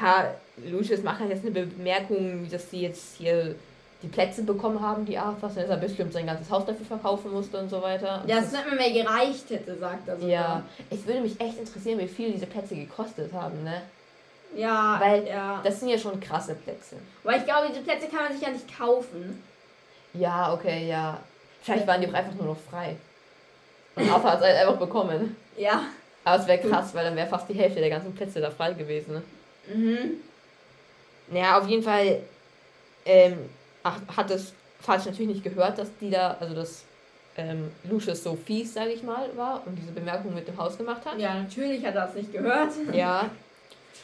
S1: ja, Lucius macht halt jetzt eine Bemerkung, dass sie jetzt hier die Plätze bekommen haben, die Arthurs, und dass er bestimmt sein ganzes Haus dafür verkaufen musste und so weiter. Und
S2: Ja,
S1: das
S2: es nicht mehr, mehr gereicht hätte, sagt er sogar.
S1: ja, es würde mich echt interessieren, wie viel diese Plätze gekostet haben, ne?
S2: Ja,
S1: Weil
S2: ja.
S1: Das sind ja schon krasse Plätze.
S2: Weil ich glaube, diese Plätze kann man sich ja nicht kaufen.
S1: Ja, okay, ja. Vielleicht waren die auch einfach nur noch frei. Und Arthur hat es halt einfach bekommen.
S2: Ja.
S1: Aber es wäre krass, weil dann wäre fast die Hälfte der ganzen Plätze da frei gewesen, ne?
S2: Mhm.
S1: Naja, auf jeden Fall ähm, ach, hat das Fatsch natürlich nicht gehört, dass die da, also dass ähm, Lucius so fies, sage ich mal, war und diese Bemerkung mit dem Haus gemacht hat.
S2: Ja, natürlich hat er das nicht gehört.
S1: Ja.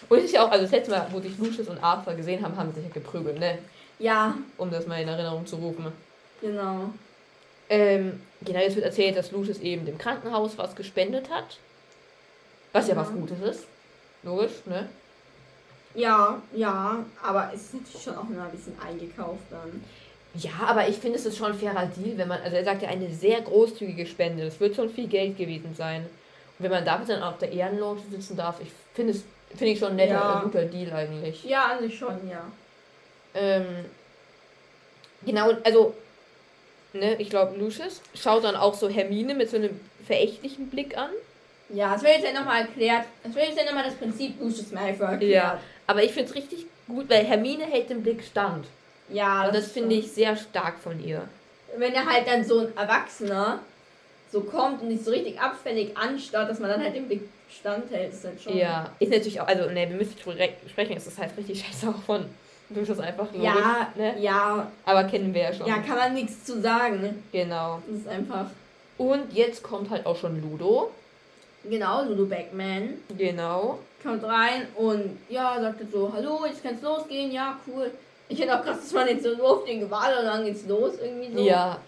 S1: Und es ist ja auch, also das letzte Mal, wo sich Lucius und Arthur gesehen haben, haben sie sich ja geprügelt, ne?
S2: Ja,
S1: Um das mal in Erinnerung zu rufen.
S2: genau.
S1: Ähm, genau, jetzt wird erzählt, dass Lucius eben dem Krankenhaus was gespendet hat. Was ja,
S2: Ja.
S1: was Gutes ist. Logisch, ne?
S2: Ja, ja, aber es ist natürlich schon auch immer ein bisschen eingekauft dann.
S1: Ja, aber ich finde, es ist schon ein fairer Deal, wenn man, also er sagt ja eine sehr großzügige Spende, das wird schon viel Geld gewesen sein. Und wenn man dafür dann auf der Ehrenlounge sitzen darf, ich finde es, finde ich schon ein netter,
S2: Ja.
S1: ein guter Deal eigentlich.
S2: Ja, an sich schon, ja.
S1: Ähm, genau, und also, ne, ich glaube, Lucius schaut dann auch so Hermine mit so einem verächtlichen Blick an.
S2: Ja, das wird jetzt ja nochmal erklärt. Das wird jetzt ja nochmal das Prinzip Lucius Malfoy erklärt.
S1: Ja. Aber ich finde es richtig gut, weil Hermine hält den Blick stand.
S2: Ja, ja
S1: Und das
S2: ist
S1: finde
S2: schon-
S1: ich sehr stark von ihr.
S2: Wenn er halt dann so ein Erwachsener so kommt und nicht so richtig abfällig anstarrt, dass man dann halt den Blick standhält, ist dann schon.
S1: Ja, ist natürlich auch, also ne, wir müssen drüber re- sprechen, es ist halt richtig scheiße auch von Lucius einfach logisch,
S2: Ja,
S1: ne?
S2: ja,
S1: Aber kennen wir ja schon.
S2: ja, kann man nichts zu sagen. ne?
S1: Genau.
S2: Das ist einfach.
S1: Und jetzt kommt halt auch schon Ludo.
S2: Genau, Lulu Backman
S1: Genau.
S2: kommt rein und ja, sagt jetzt so, hallo, jetzt kann's losgehen, ja, cool. Ich hätte auch krass, dass man jetzt so nur auf den gewartet und dann geht's los irgendwie so.
S1: Ja,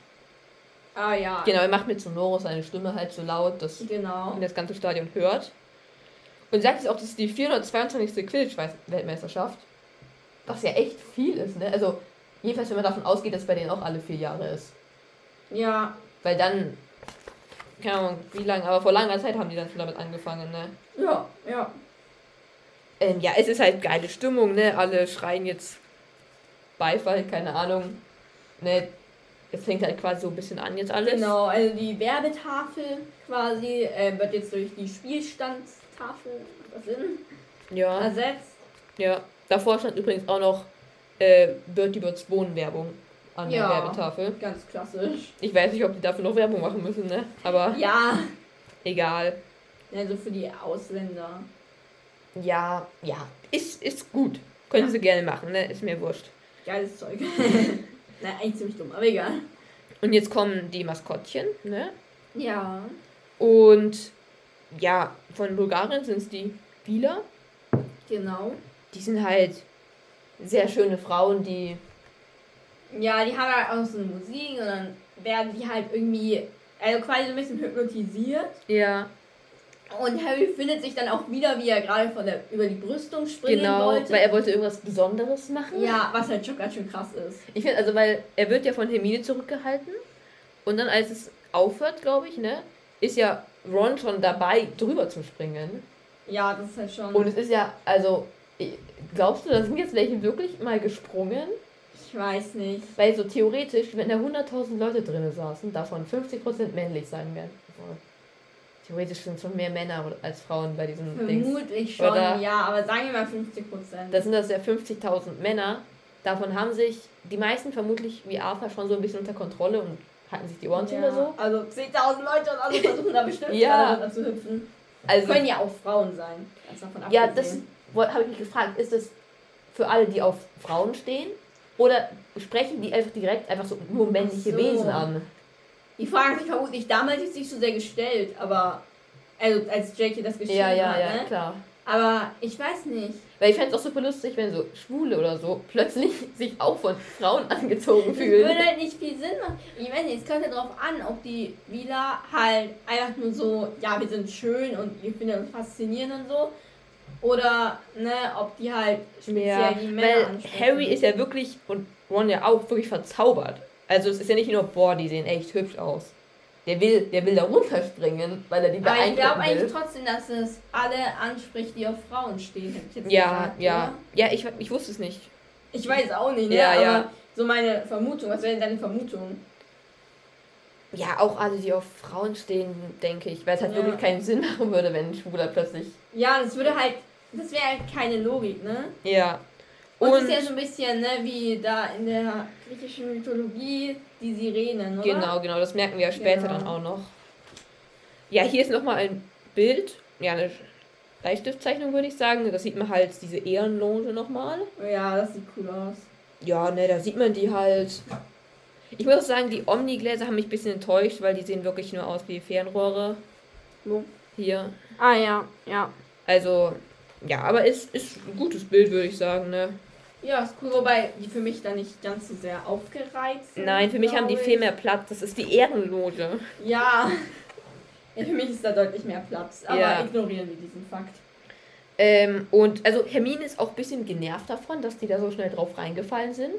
S2: Ah ja.
S1: genau, er macht mit Sonoros seine Stimme halt so laut, dass
S2: Genau.
S1: ihn das ganze Stadion hört. Und sagt jetzt auch, das ist die 422. Quidditch-Weltmeisterschaft. Was ja echt viel ist, ne? Also, jedenfalls, wenn man davon ausgeht, dass bei denen auch alle vier Jahre ist.
S2: Ja.
S1: Weil dann, keine Ahnung, wie lange, aber vor langer Zeit haben die dann schon damit angefangen, ne?
S2: Ja, ja.
S1: Ähm, ja, es ist halt geile Stimmung, ne? Alle schreien jetzt Beifall, keine Ahnung. Ne? Es fängt halt quasi so ein bisschen an jetzt alles.
S2: Genau, also die Werbetafel quasi äh, wird jetzt durch die Spielstandstafel macht das Sinn,
S1: Ja.
S2: ersetzt.
S1: ja. Davor stand übrigens auch noch äh, Bertie Birds Bohnenwerbung an der
S2: Ja.
S1: Werbetafel.
S2: Ganz klassisch.
S1: Ich weiß nicht, ob die dafür noch Werbung machen müssen, ne? Aber
S2: Ja,
S1: egal.
S2: also für die Ausländer.
S1: Ja, ja. Ist, ist gut. Können sie gerne machen, ne? Ist mir wurscht.
S2: Geiles Zeug. Nein, eigentlich ziemlich dumm, aber egal.
S1: Und jetzt kommen die Maskottchen, ne?
S2: Ja.
S1: Und ja, von Bulgarien sind es die Wieler.
S2: Genau.
S1: die sind halt sehr schöne Frauen, die.
S2: Ja, die haben halt auch so eine Musik und dann werden die halt irgendwie, also quasi so ein bisschen hypnotisiert.
S1: Ja.
S2: Und Harry findet sich dann auch wieder, wie er gerade von der über die Brüstung springen
S1: Genau,
S2: wollte.
S1: weil er wollte irgendwas Besonderes machen.
S2: ja, was halt schon ganz schön krass ist.
S1: Ich finde, also, weil er wird ja von Hermine zurückgehalten. Und dann, als es aufhört, glaube ich, ne, ist ja Ron schon dabei, drüber zu springen.
S2: Ja, das ist halt schon.
S1: Und es ist ja, also, ich- glaubst du, da sind jetzt welche wirklich mal gesprungen?
S2: ich weiß nicht.
S1: Weil so theoretisch, wenn da 100.000 Leute drin saßen, davon 50% männlich sein werden. Obwohl, Theoretisch sind schon mehr Männer oder- als Frauen bei diesem Dings.
S2: Vermutlich schon,
S1: Oder-
S2: ja, aber sagen wir mal 50 Prozent.
S1: Da sind das ja 50.000 Männer. Davon haben sich die meisten vermutlich wie Arthur schon so ein bisschen unter Kontrolle und hatten sich die Ohren zu
S2: ja.
S1: oder so.
S2: Also 10.000 Leute und alle versuchen da bestimmt
S1: Ja.
S2: alle runter zu hüpfen.
S1: Also,
S2: Können ja auch Frauen sein. Ganz davon
S1: ja, das
S2: abgesehen.
S1: habe ich mich gefragt. Ist das für alle, die auf Frauen stehen? Oder sprechen die einfach direkt einfach so nur männliche
S2: so.
S1: Wesen an?
S2: Die Frage hat sich vermutlich damals jetzt nicht so sehr gestellt, aber also als Jackie das geschrieben
S1: Ja, ja,
S2: hat,
S1: ja,
S2: ne?
S1: klar.
S2: Aber ich weiß nicht.
S1: Weil ich fände es auch super lustig, wenn so Schwule oder so plötzlich sich auch von Frauen angezogen fühlen.
S2: Würde halt nicht viel Sinn machen. Ich weiß nicht, es kommt ja drauf an, ob die Vila halt einfach nur so, ja, wir sind schön und wir finden uns faszinierend und so. Oder, ne, ob die halt speziell
S1: Ja,
S2: die Männer
S1: weil
S2: ansprechen.
S1: Harry ist ja wirklich und Ron ja auch wirklich verzaubert. Also es ist ja nicht nur, boah, die sehen echt hübsch aus. Der will, der will da runterspringen, weil er die
S2: Aber ich glaube
S1: beeindrucken will.
S2: eigentlich trotzdem, dass es alle anspricht, die auf Frauen stehen. hätte ich jetzt
S1: ja,
S2: gesagt,
S1: ja.
S2: oder?
S1: Ja, ich, ich wusste es nicht.
S2: Ich weiß auch nicht, ne?
S1: Ja,
S2: aber
S1: ja.
S2: so meine Vermutung. Was wäre denn deine Vermutung?
S1: Ja, auch alle, die auf Frauen stehen, denke ich. Weil es halt
S2: Ja.
S1: wirklich keinen Sinn machen würde, wenn ein Schwuler plötzlich...
S2: Ja, das würde halt, das wäre halt keine Logik, ne?
S1: Ja.
S2: Und,
S1: Und,
S2: das ist ja so ein bisschen, ne, wie da in der griechischen Mythologie die Sirenen, oder?
S1: genau, genau. Das merken wir ja später
S2: Genau.
S1: dann auch noch. Ja, hier ist nochmal ein Bild. Ja, eine Bleistiftzeichnung würde ich sagen. Da sieht man halt diese Ehrenloge nochmal.
S2: Ja, das sieht cool aus.
S1: Ja, ne, da sieht man die halt. Ich muss auch sagen, die Omni-Gläser haben mich ein bisschen enttäuscht, weil die sehen wirklich nur aus wie Fernrohre.
S2: Wo?
S1: Hier.
S2: Ah ja, ja.
S1: Also, ja, aber es ist ein gutes Bild, würde ich sagen, ne?
S2: Ja, ist cool, wobei die für mich da nicht ganz so sehr aufgereizt sind.
S1: Nein, für mich haben die
S2: glaub
S1: viel
S2: ich.
S1: mehr Platz. Das ist die Ehrenloge.
S2: Ja. ja. Für mich ist da deutlich mehr Platz. Aber
S1: Ja.
S2: ignorieren wir diesen Fakt.
S1: Ähm, und also Hermine ist auch ein bisschen genervt davon, dass die da so schnell drauf reingefallen sind.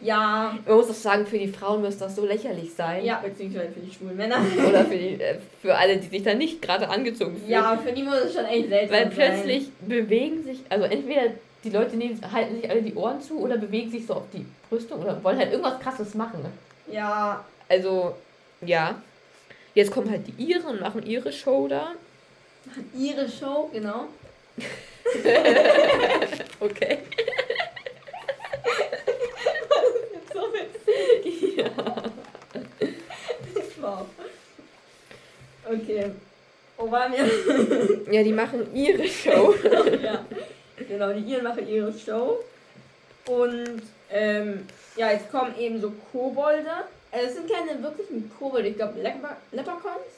S2: Ja.
S1: Man muss auch sagen, für die Frauen muss das so lächerlich sein.
S2: Ja, beziehungsweise für die schwulen Männer.
S1: Oder für, die, äh, für alle, die sich da nicht gerade angezogen fühlen.
S2: Ja, für die muss es schon echt seltsam
S1: Weil
S2: sein.
S1: plötzlich bewegen sich, also entweder die Leute nehmen, halten sich alle die Ohren zu oder bewegen sich so auf die Brüstung oder wollen halt irgendwas krasses machen.
S2: Ja.
S1: Also, ja. Jetzt kommen halt die Iren und machen ihre Show da.
S2: Ihre Show, genau.
S1: Okay.
S2: So witzig. Ja. wow. Okay. Oh, war mir.
S1: Ja, die machen ihre Show.
S2: ja. Genau, die Iren machen ihre Show. Und ähm, ja, jetzt kommen eben so Kobolde. Also es sind keine wirklichen Kobolde, ich glaube Leper Leprechauns.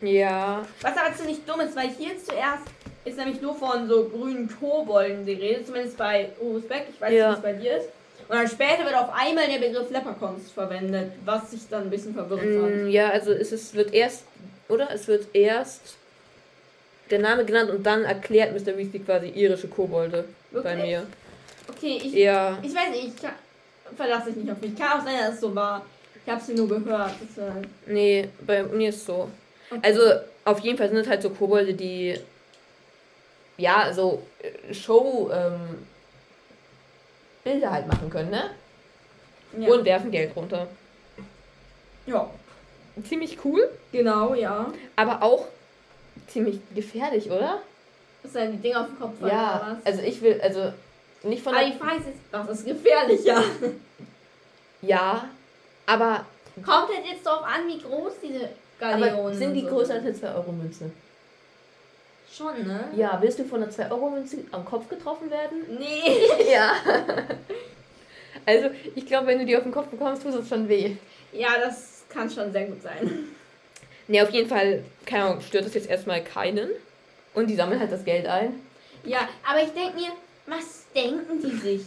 S1: ja.
S2: Was aber ziemlich dumm ist, weil hier zuerst ist nämlich nur von so grünen Kobolden die Rede, zumindest bei Urus Beck, ich weiß
S1: Ja.
S2: nicht, wie es bei dir ist. Und dann später wird auf einmal der Begriff Leprechauns verwendet, was sich dann ein bisschen verwirrend fand.
S1: Mm, Ja, also es ist, wird erst, oder? Es wird erst der Name genannt und dann erklärt Mr. Weasley quasi irische Kobolde bei
S2: Wirklich?
S1: mir.
S2: Okay, ich,
S1: Ja.
S2: ich weiß nicht, ich kann, verlasse mich nicht auf mich. Kann auch sein, dass es so war. Ich habe es nur gehört. deswegen.
S1: Nee, bei mir ist so.
S2: Okay.
S1: Also, auf jeden Fall sind es halt so Kobolde, die. Ja, so äh, Show. Ähm, Bilder halt machen können, ne?
S2: ja.
S1: Und werfen Geld runter.
S2: ja,
S1: Ziemlich cool,
S2: genau, ja.
S1: aber auch ziemlich gefährlich, oder?
S2: Das sind die Dinger auf dem Kopf. oder
S1: ja.
S2: was?
S1: Also, ich will. Also, nicht von
S2: aber
S1: der.
S2: die Frage ist jetzt, was ist gefährlicher?
S1: Ja, aber.
S2: Kommt halt jetzt drauf an, wie groß diese Galeonen
S1: Aber sind die
S2: so
S1: größer als eine 2-Euro-Münze?
S2: Schon, ne?
S1: Ja, willst du von einer 2-Euro-Münze am Kopf getroffen werden?
S2: Nee.
S1: Ja. Also, ich glaube, wenn du die auf den Kopf bekommst, tut es schon weh.
S2: Ja, das kann schon sehr gut sein.
S1: Ne, auf jeden Fall, keine Ahnung, stört das jetzt erstmal keinen. Und die sammeln halt das Geld ein.
S2: Ja, aber ich denke mir, was denken die sich?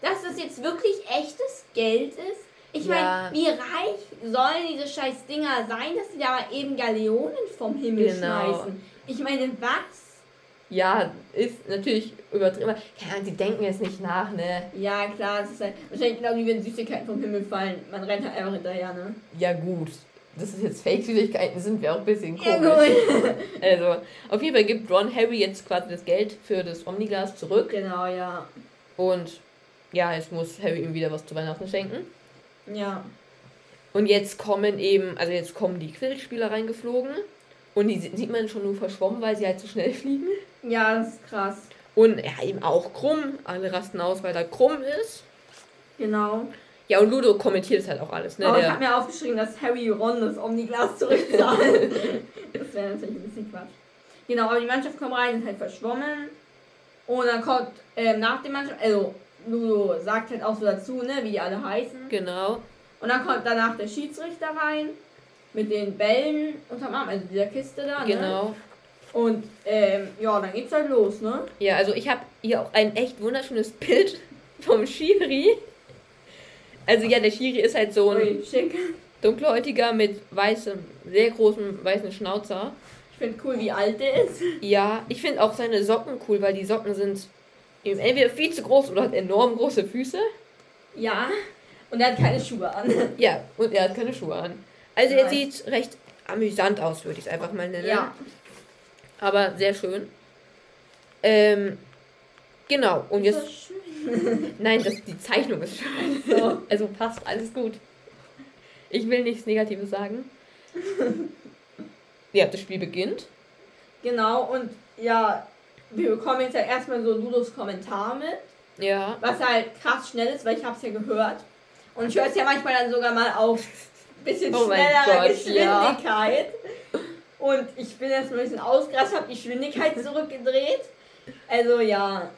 S2: Dass das jetzt wirklich echtes Geld ist? Ich meine,
S1: Ja.
S2: wie reich sollen diese scheiß Dinger sein, dass sie da mal eben Galeonen vom Himmel
S1: Genau.
S2: schmeißen? Ich meine, was?
S1: Ja, ist natürlich übertrieben. aber, Keine Ahnung, die denken jetzt nicht nach, ne?
S2: Ja, klar, es ist halt wahrscheinlich genau wie wenn Süßigkeiten vom Himmel fallen. Man rennt halt einfach hinterher, ne?
S1: Ja, gut. Das ist jetzt Fake-Süßigkeiten, sind wir auch ein bisschen komisch.
S2: Ja, gut.
S1: Also, auf jeden Fall gibt Ron Harry jetzt quasi das Geld für das Omniglas zurück.
S2: genau, ja.
S1: Und ja, jetzt muss Harry ihm wieder was zu Weihnachten schenken.
S2: Ja.
S1: Und jetzt kommen eben, also jetzt kommen die Quidditch-Spieler reingeflogen. Und die sieht man schon nur verschwommen, weil sie halt so schnell fliegen.
S2: Ja, das ist krass.
S1: Und ja, eben auch krumm. Alle rasten aus, weil er krumm ist.
S2: Genau.
S1: Ja, und Ludo kommentiert es halt auch alles, ne?
S2: Aber ich
S1: Der,
S2: habe mir aufgeschrieben, dass Harry Ron das Omniglas zurückzahlt. das wäre natürlich ein bisschen Quatsch. Genau, aber die Mannschaft kommt rein, ist halt verschwommen. Und dann kommt ähm, nach dem Mannschaft, also Ludo sagt halt auch so dazu, ne, wie die alle heißen.
S1: genau.
S2: Und dann kommt danach der Schiedsrichter rein mit den Bällen unterm Arm, also dieser Kiste da. Ne?
S1: Genau.
S2: Und ähm, ja, dann geht's halt los, ne?
S1: Ja, also ich habe hier auch ein echt wunderschönes Bild vom Shiri. Also ja, der Shiri ist halt so ein
S2: Ui, schick.
S1: dunkelhäutiger mit weißem, sehr großem weißen Schnauzer.
S2: Ich finde cool, wie alt der ist.
S1: Ja, ich finde auch seine Socken cool, weil die Socken sind eben entweder viel zu groß oder hat enorm große Füße.
S2: Ja. Und er hat keine Schuhe an.
S1: Ja, und er hat keine Schuhe an. Also er
S2: Nice.
S1: sieht recht amüsant aus, würde ich es einfach mal nennen.
S2: Ja.
S1: Aber sehr schön. Ähm, genau, und jetzt. Nein, das, die Zeichnung ist schön. Also passt, alles gut. Ich will nichts Negatives sagen. ja, das Spiel beginnt.
S2: Genau, und ja, wir bekommen jetzt ja erstmal so Ludos Kommentar mit,
S1: Ja.
S2: was halt krass schnell ist, weil ich hab's ja gehört. Und ich höre es ja manchmal dann sogar mal auf bisschen
S1: Oh mein
S2: schnellerer
S1: Gott,
S2: Geschwindigkeit. Und ich bin jetzt ein bisschen ausgerastet, habe die Geschwindigkeit zurückgedreht. Also ja,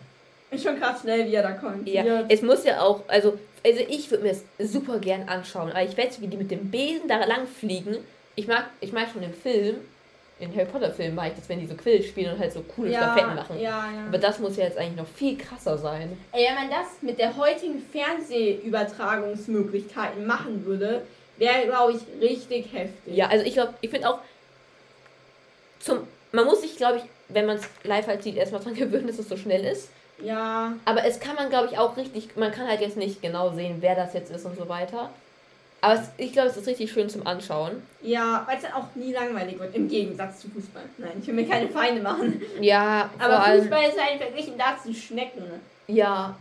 S2: ist schon krass schnell, wie er da kommentiert.
S1: Ja, es muss ja auch, also, also ich würde mir das super gern anschauen, aber ich wette, wie die mit dem Besen da lang fliegen. Ich mag, ich mag schon den Film, den Harry Potter Film mag ich das, wenn die so Quill spielen und halt so coole Staffetten machen.
S2: ja, ja.
S1: Aber das muss ja jetzt eigentlich noch viel krasser sein.
S2: Ey, wenn man das mit der heutigen Fernsehübertragungsmöglichkeiten machen würde, wäre, glaube ich, richtig heftig.
S1: Ja, also ich glaube, ich finde auch, zum, man muss sich, glaube ich, wenn man es live halt sieht, erstmal dran gewöhnen, dass es so schnell ist.
S2: Ja,
S1: Aber es kann man, glaube ich, auch richtig, man kann halt jetzt nicht genau sehen, wer das jetzt ist und so weiter. Aber es, ich glaube, es ist richtig schön zum Anschauen.
S2: ja weil es dann auch nie langweilig wird, im Gegensatz zu Fußball. Nein, ich will mir keine Feinde machen.
S1: Ja, vor
S2: Aber
S1: allem.
S2: Fußball ist halt verglichen dazu Schnecken. ne?
S1: Ja,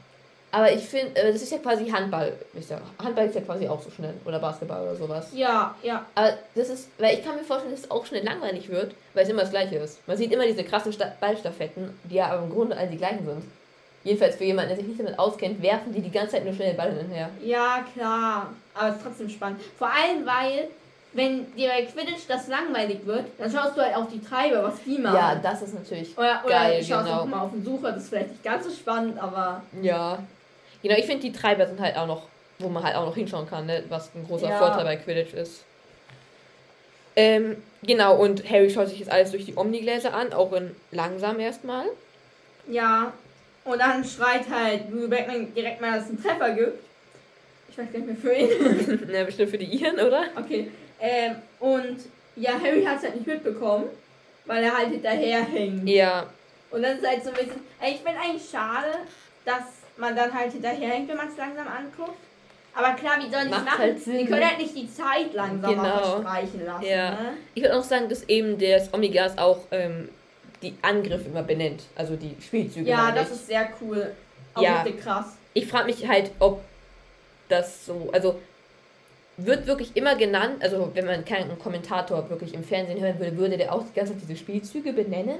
S1: aber ich finde, äh, das ist ja quasi Handball. Ist ja, Handball ist ja quasi auch so schnell. Oder Basketball oder sowas.
S2: Ja, ja.
S1: Aber das ist, weil ich kann mir vorstellen, dass es auch schnell langweilig wird, weil es immer das Gleiche ist. Man sieht immer diese krassen Sta Ballstaffetten, die ja aber im Grunde alle die gleichen sind. Jedenfalls für jemanden, der sich nicht damit auskennt, werfen die die ganze Zeit nur schnell den Ball hin und her.
S2: Ja, klar. Aber es ist trotzdem spannend. Vor allem, weil, wenn dir bei Quidditch das langweilig wird, dann schaust du halt auf die Treiber, was die machen.
S1: Ja, das ist natürlich.
S2: oder oder
S1: geil,
S2: schaust
S1: genau.
S2: auch mal auf den Sucher, das ist vielleicht nicht ganz so spannend, aber
S1: Ja. Genau, ich finde die Treiber sind halt auch noch, wo man halt auch noch hinschauen kann, ne? was ein großer
S2: Ja.
S1: Vorteil bei Quidditch ist. Ähm, genau, und Harry schaut sich jetzt alles durch die Omnigläser an, auch in langsam erstmal.
S2: Ja. Und dann schreit halt Blue Backman direkt mal, dass es einen Treffer gibt. Ich weiß gar nicht mehr für ihn.
S1: Na, Ne, bestimmt für die Iren, oder?
S2: Okay. Ähm, und ja, Harry hat es halt nicht mitbekommen, weil er halt hinterherhängt.
S1: Ja,
S2: Und das ist halt so ein bisschen. Ey, Ich finde eigentlich schade, dass man dann halt hinterherhängt, wenn man es langsam anguckt. Aber klar, wie sollen die es
S1: Macht
S2: machen?
S1: halt Sinn.
S2: Die können halt nicht die Zeit langsamer
S1: Genau.
S2: verstreichen lassen.
S1: Ja.
S2: Ne?
S1: ich würde auch sagen, dass eben das Omnigas auch ähm, die Angriffe immer benennt, also die Spielzüge.
S2: ja
S1: meine
S2: das
S1: ich.
S2: ist sehr cool. Auch
S1: Ja.
S2: richtig krass.
S1: Ich frage mich halt, ob das so, also wird wirklich immer genannt, also wenn man keinen Kommentator wirklich im Fernsehen hören würde, würde der auch die ganze Zeit diese Spielzüge benennen?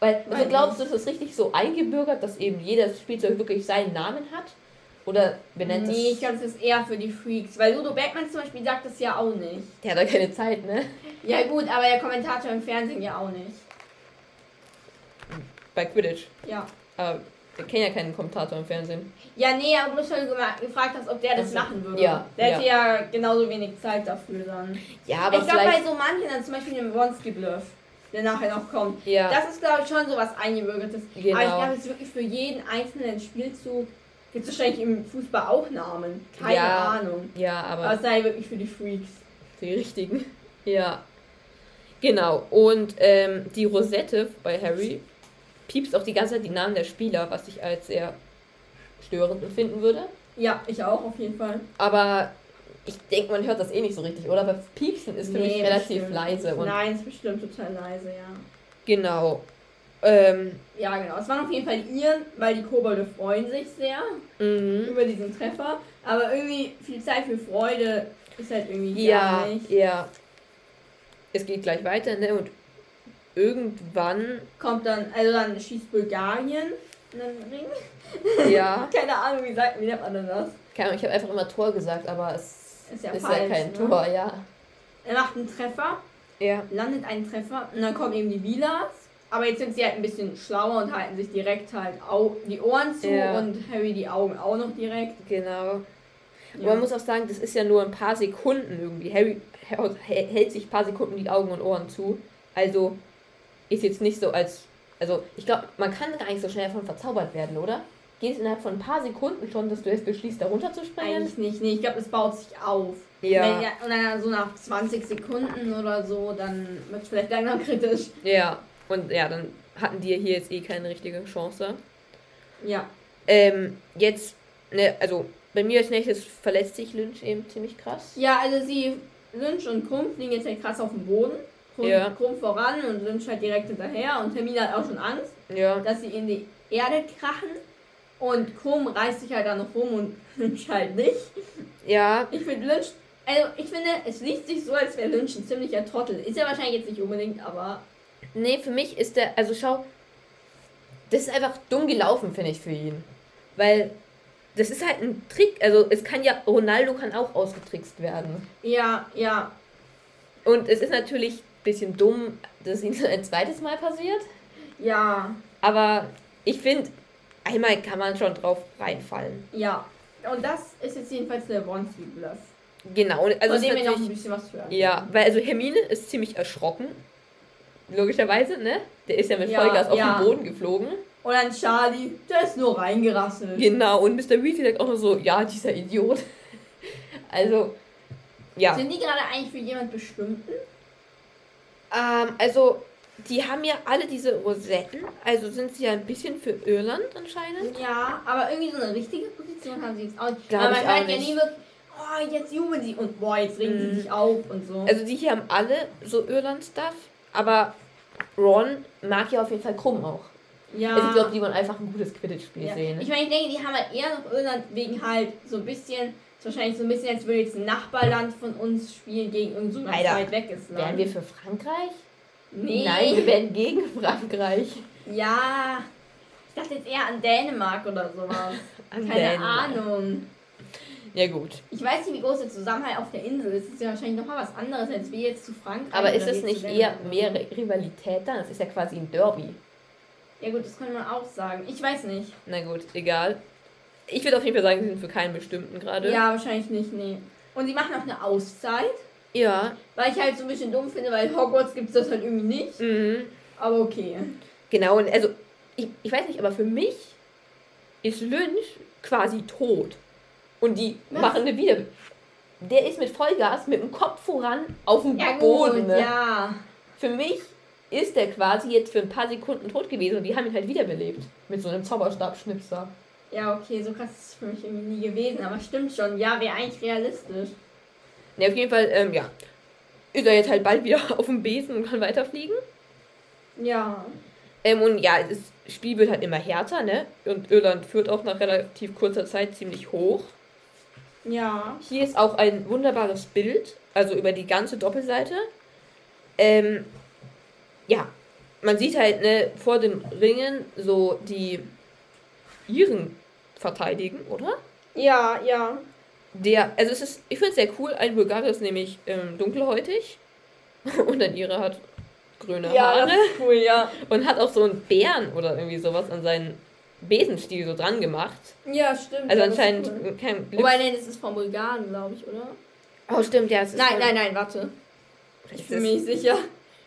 S1: Weil, also
S2: Weiß
S1: glaubst du, ist das richtig so eingebürgert, dass eben jedes Spielzeug wirklich seinen Namen hat? Oder benennt
S2: Nee, ich
S1: es...
S2: glaube, das ist eher für die Freaks. Weil Ludo Beckmann zum Beispiel sagt das ja auch nicht.
S1: Der hat da keine Zeit, ne?
S2: Ja gut, aber der Kommentator im Fernsehen ja auch nicht.
S1: Bei Quidditch.
S2: Ja.
S1: Aber wir kennen ja keinen Kommentator im Fernsehen.
S2: Ja, nee, aber bloß weil du gema- gefragt hast, ob der das
S1: Ach so.
S2: machen würde.
S1: Ja,
S2: Der hätte ja. genauso wenig Zeit dafür dann.
S1: Ja, aber
S2: ich glaube
S1: vielleicht...
S2: bei so manchen, dann zum Beispiel dem Wonski-Bluff, der nachher noch kommt.
S1: ja.
S2: Das ist glaube ich schon so was Eingebürgertes.
S1: Genau.
S2: Aber ich glaube, es ist wirklich für jeden einzelnen Spielzug, gibt es wahrscheinlich im Fußball auch Namen. Keine
S1: Ja.
S2: Ahnung.
S1: ja, aber...
S2: Aber es sei wirklich für die Freaks.
S1: Die richtigen. Ja. Genau. Und ähm, die Rosette bei Harry piepst auch die ganze Zeit die Namen der Spieler, was ich als sehr störend empfinden würde.
S2: Ja, ich auch auf jeden Fall.
S1: Aber ich denke, man hört das eh nicht so richtig, oder? Weil Piepsen ist für mich
S2: das
S1: relativ
S2: stimmt.
S1: leise. Und
S2: Nein, ist bestimmt total leise, ja.
S1: Genau. Ähm,
S2: Ja, genau. Es waren auf jeden Fall die Iren, weil die Kobolde freuen sich sehr
S1: mhm.
S2: über diesen Treffer. Aber irgendwie viel Zeit für Freude ist halt irgendwie
S1: Ja,
S2: gar nicht.
S1: ja. Es geht gleich weiter, ne? Und irgendwann,
S2: Kommt dann, also dann schießt Bulgarien einen Ring.
S1: ja.
S2: Keine Ahnung, wie, sagt, wie nennt man denn das?
S1: Keine Ahnung, ich habe einfach immer Tor gesagt, aber es
S2: Ist ja
S1: ist
S2: falsch,
S1: ja kein
S2: ne?
S1: Tor, ja.
S2: Er macht einen Treffer,
S1: Ja.
S2: landet einen Treffer und dann kommen eben die Lilas. Aber jetzt sind sie halt ein bisschen schlauer und halten sich direkt halt au die Ohren zu
S1: Ja.
S2: und Harry die Augen auch noch direkt.
S1: Genau. Und
S2: Ja.
S1: man muss auch sagen, das ist ja nur ein paar Sekunden irgendwie. Harry hä- hält sich ein paar Sekunden die Augen und Ohren zu. Also ist jetzt nicht so als. Also, ich glaube, man kann gar nicht so schnell davon verzaubert werden, oder? Geht es innerhalb von ein paar Sekunden schon, dass du es beschließt, da runterzuspringen?
S2: Eigentlich nicht. Nee, ich glaube, es baut sich auf. Wenn, ja, und dann so nach 20 Sekunden oder so, dann wird es vielleicht langsam kritisch.
S1: Ja. Und ja, dann hatten die hier jetzt eh keine richtige Chance.
S2: Ja.
S1: Ähm, jetzt, ne, also bei mir als nächstes verletzt sich Lynch eben ziemlich krass.
S2: Ja, also sie, Lynch und Krumpf liegen jetzt halt krass auf dem Boden. Krumpf,
S1: Ja.
S2: Krumpf voran und Lynch halt direkt hinterher. Und Hermine hat auch schon Angst,
S1: Ja.
S2: dass sie in die Erde krachen. Und Krumm reißt sich halt dann noch rum und Lynch halt nicht.
S1: Ja,
S2: Ich finde Lynch, also ich finde, es liest sich so, als wäre Lynch ein ziemlicher Trottel. Ist er wahrscheinlich jetzt nicht unbedingt, aber
S1: nee, für mich ist der, also schau, das ist einfach dumm gelaufen, finde ich, für ihn. Weil das ist halt ein Trick, also es kann ja, Ronaldo kann auch ausgetrickst werden.
S2: ja, ja,
S1: Und es ist natürlich ein bisschen dumm, dass ihm ein zweites Mal passiert.
S2: ja,
S1: Aber ich finde, einmal kann man schon drauf reinfallen.
S2: ja. Und das ist jetzt jedenfalls der Wonski-Bluff.
S1: Genau, also es
S2: Also
S1: ist
S2: Von dem wir noch
S1: natürlich-
S2: ein bisschen was hören.
S1: Ja, weil also Hermine ist ziemlich erschrocken. Logischerweise, ne? Der ist ja mit
S2: Ja,
S1: Vollgas auf
S2: ja.
S1: den Boden geflogen.
S2: Und dann Charlie, der ist nur reingerasselt.
S1: Genau, und Mr. Weasley sagt auch nur so, ja, dieser Idiot. Also, ja.
S2: Sind die gerade eigentlich für jemand bestimmten?
S1: Ähm, also, die haben ja alle diese Rosetten, also sind sie ja ein bisschen für Irland anscheinend.
S2: Ja, aber irgendwie so eine richtige Position haben sie jetzt auch nicht.
S1: Glaub
S2: Aber man
S1: ich auch
S2: hört ja
S1: nicht.
S2: nie wirklich, oh, jetzt jubeln sie und boah, jetzt regen
S1: Mhm.
S2: sie sich auf und so.
S1: Also, die hier haben alle so Irland-Stuff, aber Ron mag ja auf jeden Fall Krumm auch.
S2: ja.
S1: Also, ich glaube, die wollen einfach ein gutes Quidditch-Spiel
S2: Ja.
S1: sehen.
S2: Ich meine, ich denke, die haben halt eher noch Irland wegen halt so ein bisschen, ist wahrscheinlich so ein bisschen, als würde jetzt ein Nachbarland von uns spielen gegen irgend so ein
S1: Alter,
S2: weit weg ist. ne?
S1: Wären wir für Frankreich?
S2: nee.
S1: Nein, wir wären gegen Frankreich.
S2: Ja. Ich dachte jetzt eher an Dänemark oder sowas.
S1: An
S2: Keine
S1: Dänemark.
S2: Ahnung.
S1: Ja, gut.
S2: Ich weiß nicht, wie groß der Zusammenhalt auf der Insel ist. Das ist ja wahrscheinlich nochmal was anderes, als wir jetzt zu Frankreich.
S1: Aber
S2: oder
S1: ist es
S2: wir
S1: nicht
S2: zu
S1: eher
S2: Dänemark.
S1: mehr Rivalität dann? Das ist ja quasi ein Derby.
S2: Ja gut, das könnte man auch sagen. Ich weiß nicht.
S1: Na gut, egal. Ich würde auf jeden Fall sagen, sie sind für keinen bestimmten gerade.
S2: Ja, wahrscheinlich nicht, nee. Und die machen auch eine Auszeit.
S1: Ja.
S2: Weil ich halt so ein bisschen dumm finde, weil Hogwarts gibt es das halt irgendwie nicht.
S1: Mhm.
S2: Aber okay.
S1: Genau, und also, ich, ich weiß nicht, aber für mich ist Lynch quasi tot. Und die
S2: Was?
S1: machen eine Wieder. Der ist mit Vollgas, mit dem Kopf voran auf dem
S2: Ja gut,
S1: Boden. ne?
S2: ja.
S1: Für mich ist der quasi jetzt für ein paar Sekunden tot gewesen und die haben ihn halt wiederbelebt. Mit so einem Zauberstabschnipser.
S2: Ja, okay, so krass ist es für mich irgendwie nie gewesen. Aber stimmt schon, ja, wäre eigentlich realistisch.
S1: Ne, auf jeden Fall, ähm, ja. Ist er jetzt halt bald wieder auf dem Besen und kann weiterfliegen.
S2: Ja.
S1: Ähm, und ja, das Spiel wird halt immer härter, ne? Und Irland führt auch nach relativ kurzer Zeit ziemlich hoch.
S2: Ja.
S1: Hier ist auch ein wunderbares Bild, also über die ganze Doppelseite. Ähm, ja, man sieht halt, ne, vor dem Ringen so die Iren verteidigen, oder?
S2: Ja, ja.
S1: Der, also es ist, ich finde es sehr cool, ein Bulgarier ist nämlich ähm, dunkelhäutig und ein Ire hat grüne Haare
S2: ist cool, ja.
S1: und hat auch so einen Bären oder irgendwie sowas an seinen Besenstiel so dran gemacht.
S2: Ja, stimmt.
S1: Also
S2: ja, das ist
S1: anscheinend
S2: cool.
S1: kein Glück.
S2: Wobei, nee, das ist vom Bulgaren, glaube ich, oder?
S1: Oh, stimmt, ja. Es ist
S2: Nein, nein, nein, warte. Ich bin mir
S1: mich.
S2: nicht sicher.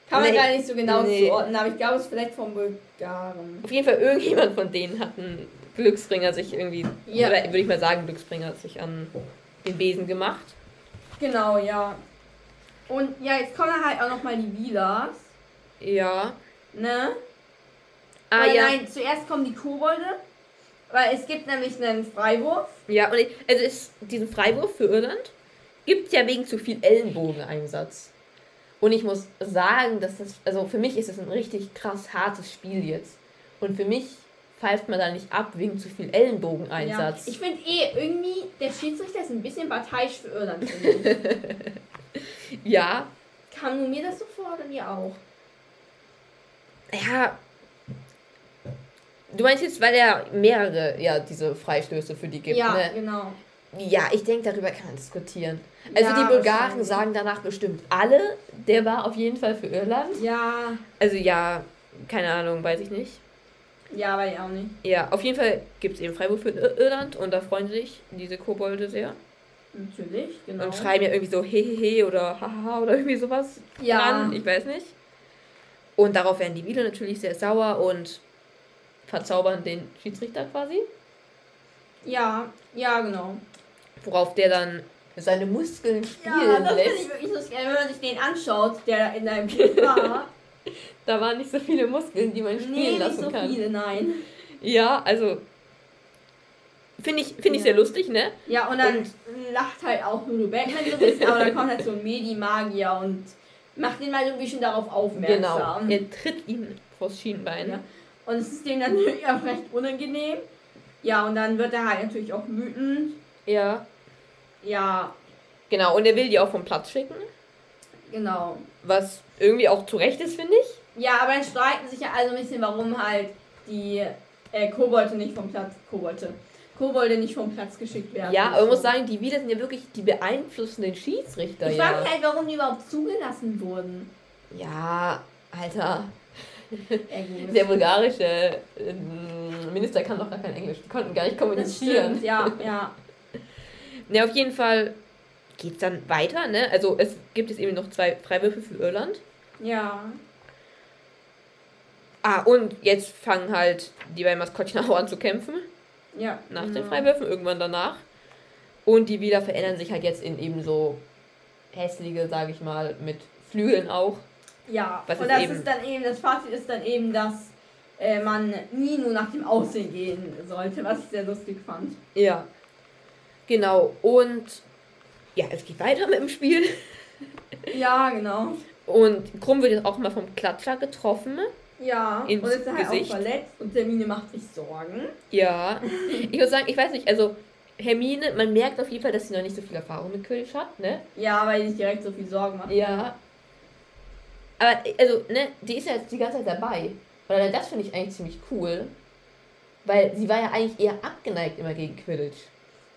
S2: Kann man
S1: Nee.
S2: gar nicht so genau
S1: Nee.
S2: zuordnen, aber ich glaube, es ist vielleicht vom Bulgaren.
S1: Auf jeden Fall, irgendjemand von denen hat einen Glücksbringer sich irgendwie,
S2: Ja.
S1: oder würde ich mal sagen, Glücksbringer sich an den Besen gemacht.
S2: Genau, ja. Und ja, jetzt kommen halt auch nochmal die Vilas.
S1: Ja.
S2: Ne?
S1: Ah,
S2: Oder
S1: ja.
S2: Nein, zuerst kommen die Kobolde. Weil es gibt nämlich einen Freiwurf.
S1: Ja, und ich, also ist diesen Freiwurf für Irland gibt es ja wegen zu viel Ellenbogeneinsatz. Und ich muss sagen, dass das, also für mich ist das ein richtig krass hartes Spiel jetzt. Und für mich pfeift man da nicht ab wegen zu viel Ellenbogeneinsatz.
S2: Ja. Ich finde eh, irgendwie, der Schiedsrichter ist ein bisschen parteiisch für Irland. finde ich.
S1: ja,
S2: Kam nur mir das so vor oder dir auch?
S1: Ja. Du meinst jetzt, weil er mehrere, ja, diese Freistöße für die gibt,
S2: ja,
S1: ne?
S2: genau.
S1: Ja, ich denke, darüber kann man diskutieren. Also
S2: Ja,
S1: die Bulgaren
S2: wahrscheinlich.
S1: sagen danach bestimmt alle, der war auf jeden Fall für Irland.
S2: Ja,
S1: Also ja, keine Ahnung, weiß ich nicht.
S2: ja, aber ich auch nicht.
S1: Ja, auf jeden Fall gibt es eben Freiburg für Ir- Irland und da freuen sich diese Kobolde sehr.
S2: Natürlich, genau.
S1: Und schreiben ja irgendwie so hehehe oder haha oder irgendwie sowas
S2: Ja.
S1: dran, ich weiß nicht. Und darauf werden die Wieler natürlich sehr sauer und verzaubern den Schiedsrichter quasi.
S2: Ja, ja, genau.
S1: Worauf der dann seine Muskeln
S2: Ja,
S1: spielen
S2: das finde
S1: lässt.
S2: ich wirklich so scary, wenn man sich den anschaut, der in deinem Bild war.
S1: Da waren nicht so viele Muskeln, die man spielen
S2: nee, nicht
S1: lassen
S2: so
S1: kann.
S2: viele, nein.
S1: Ja, also. Finde ich, find ich
S2: Ja.
S1: sehr lustig, ne?
S2: Ja, und dann lacht halt auch Lulu Batman so ein bisschen, aber dann kommt halt so ein Medi-Magier und macht ihn mal so ein bisschen darauf
S1: Genau.
S2: aufmerksam.
S1: Er tritt ihm vors Schienbein.
S2: Ja. Und es ist dem dann natürlich auch recht unangenehm. Ja, und dann wird er halt natürlich auch wütend.
S1: ja.
S2: Ja,
S1: Genau, und er will die auch vom Platz schicken.
S2: genau.
S1: Was irgendwie auch zu Recht ist, finde ich.
S2: Ja, aber dann streiten sich ja also ein bisschen, warum halt die äh, Kobolde nicht vom Platz. Kobolde. Kobolde nicht vom Platz geschickt werden.
S1: Ja, aber ich muss sagen, die Wieler sind ja wirklich die beeinflussenden Schiedsrichter.
S2: Ich frage
S1: ja.
S2: mich halt, warum die überhaupt zugelassen wurden.
S1: ja, Alter.
S2: Ja, gut.
S1: Der bulgarische ähm, Minister kann doch gar kein Englisch. Die konnten gar nicht
S2: Das
S1: kommunizieren.
S2: stimmt, ja, ja.
S1: Ne, auf jeden Fall geht's dann weiter, ne? Also es gibt jetzt eben noch zwei Freiwürfe für Irland.
S2: Ja.
S1: Ah, und jetzt fangen halt die beiden Maskottchenau an zu kämpfen.
S2: Ja.
S1: Nach
S2: genau.
S1: den Freiwürfen, irgendwann danach. Und die wieder verändern sich halt jetzt in eben so hässliche, sage ich mal, mit Flügeln auch.
S2: Ja.
S1: Was
S2: und
S1: ist
S2: das
S1: eben-
S2: ist dann eben, das Fazit ist dann eben, dass äh, man nie nur nach dem Aussehen gehen sollte, was ich sehr lustig fand.
S1: Ja. Genau. Und ja, es geht weiter mit dem Spiel.
S2: Ja, genau.
S1: Und Krumm wird jetzt auch mal vom Klatscher getroffen.
S2: Ja,
S1: Ins
S2: und ist halt
S1: Gesicht.
S2: auch verletzt und Termine macht sich Sorgen.
S1: Ja. Ich muss sagen, ich weiß nicht, also Hermine, man merkt auf jeden Fall, dass sie noch nicht so viel Erfahrung mit Quidditch hat, ne?
S2: Ja, weil die sich direkt so viel Sorgen macht.
S1: Ja. Aber, also, ne, die ist ja jetzt die ganze Zeit dabei. Und allein das finde ich eigentlich ziemlich cool. Weil sie war ja eigentlich eher abgeneigt immer gegen Quidditch.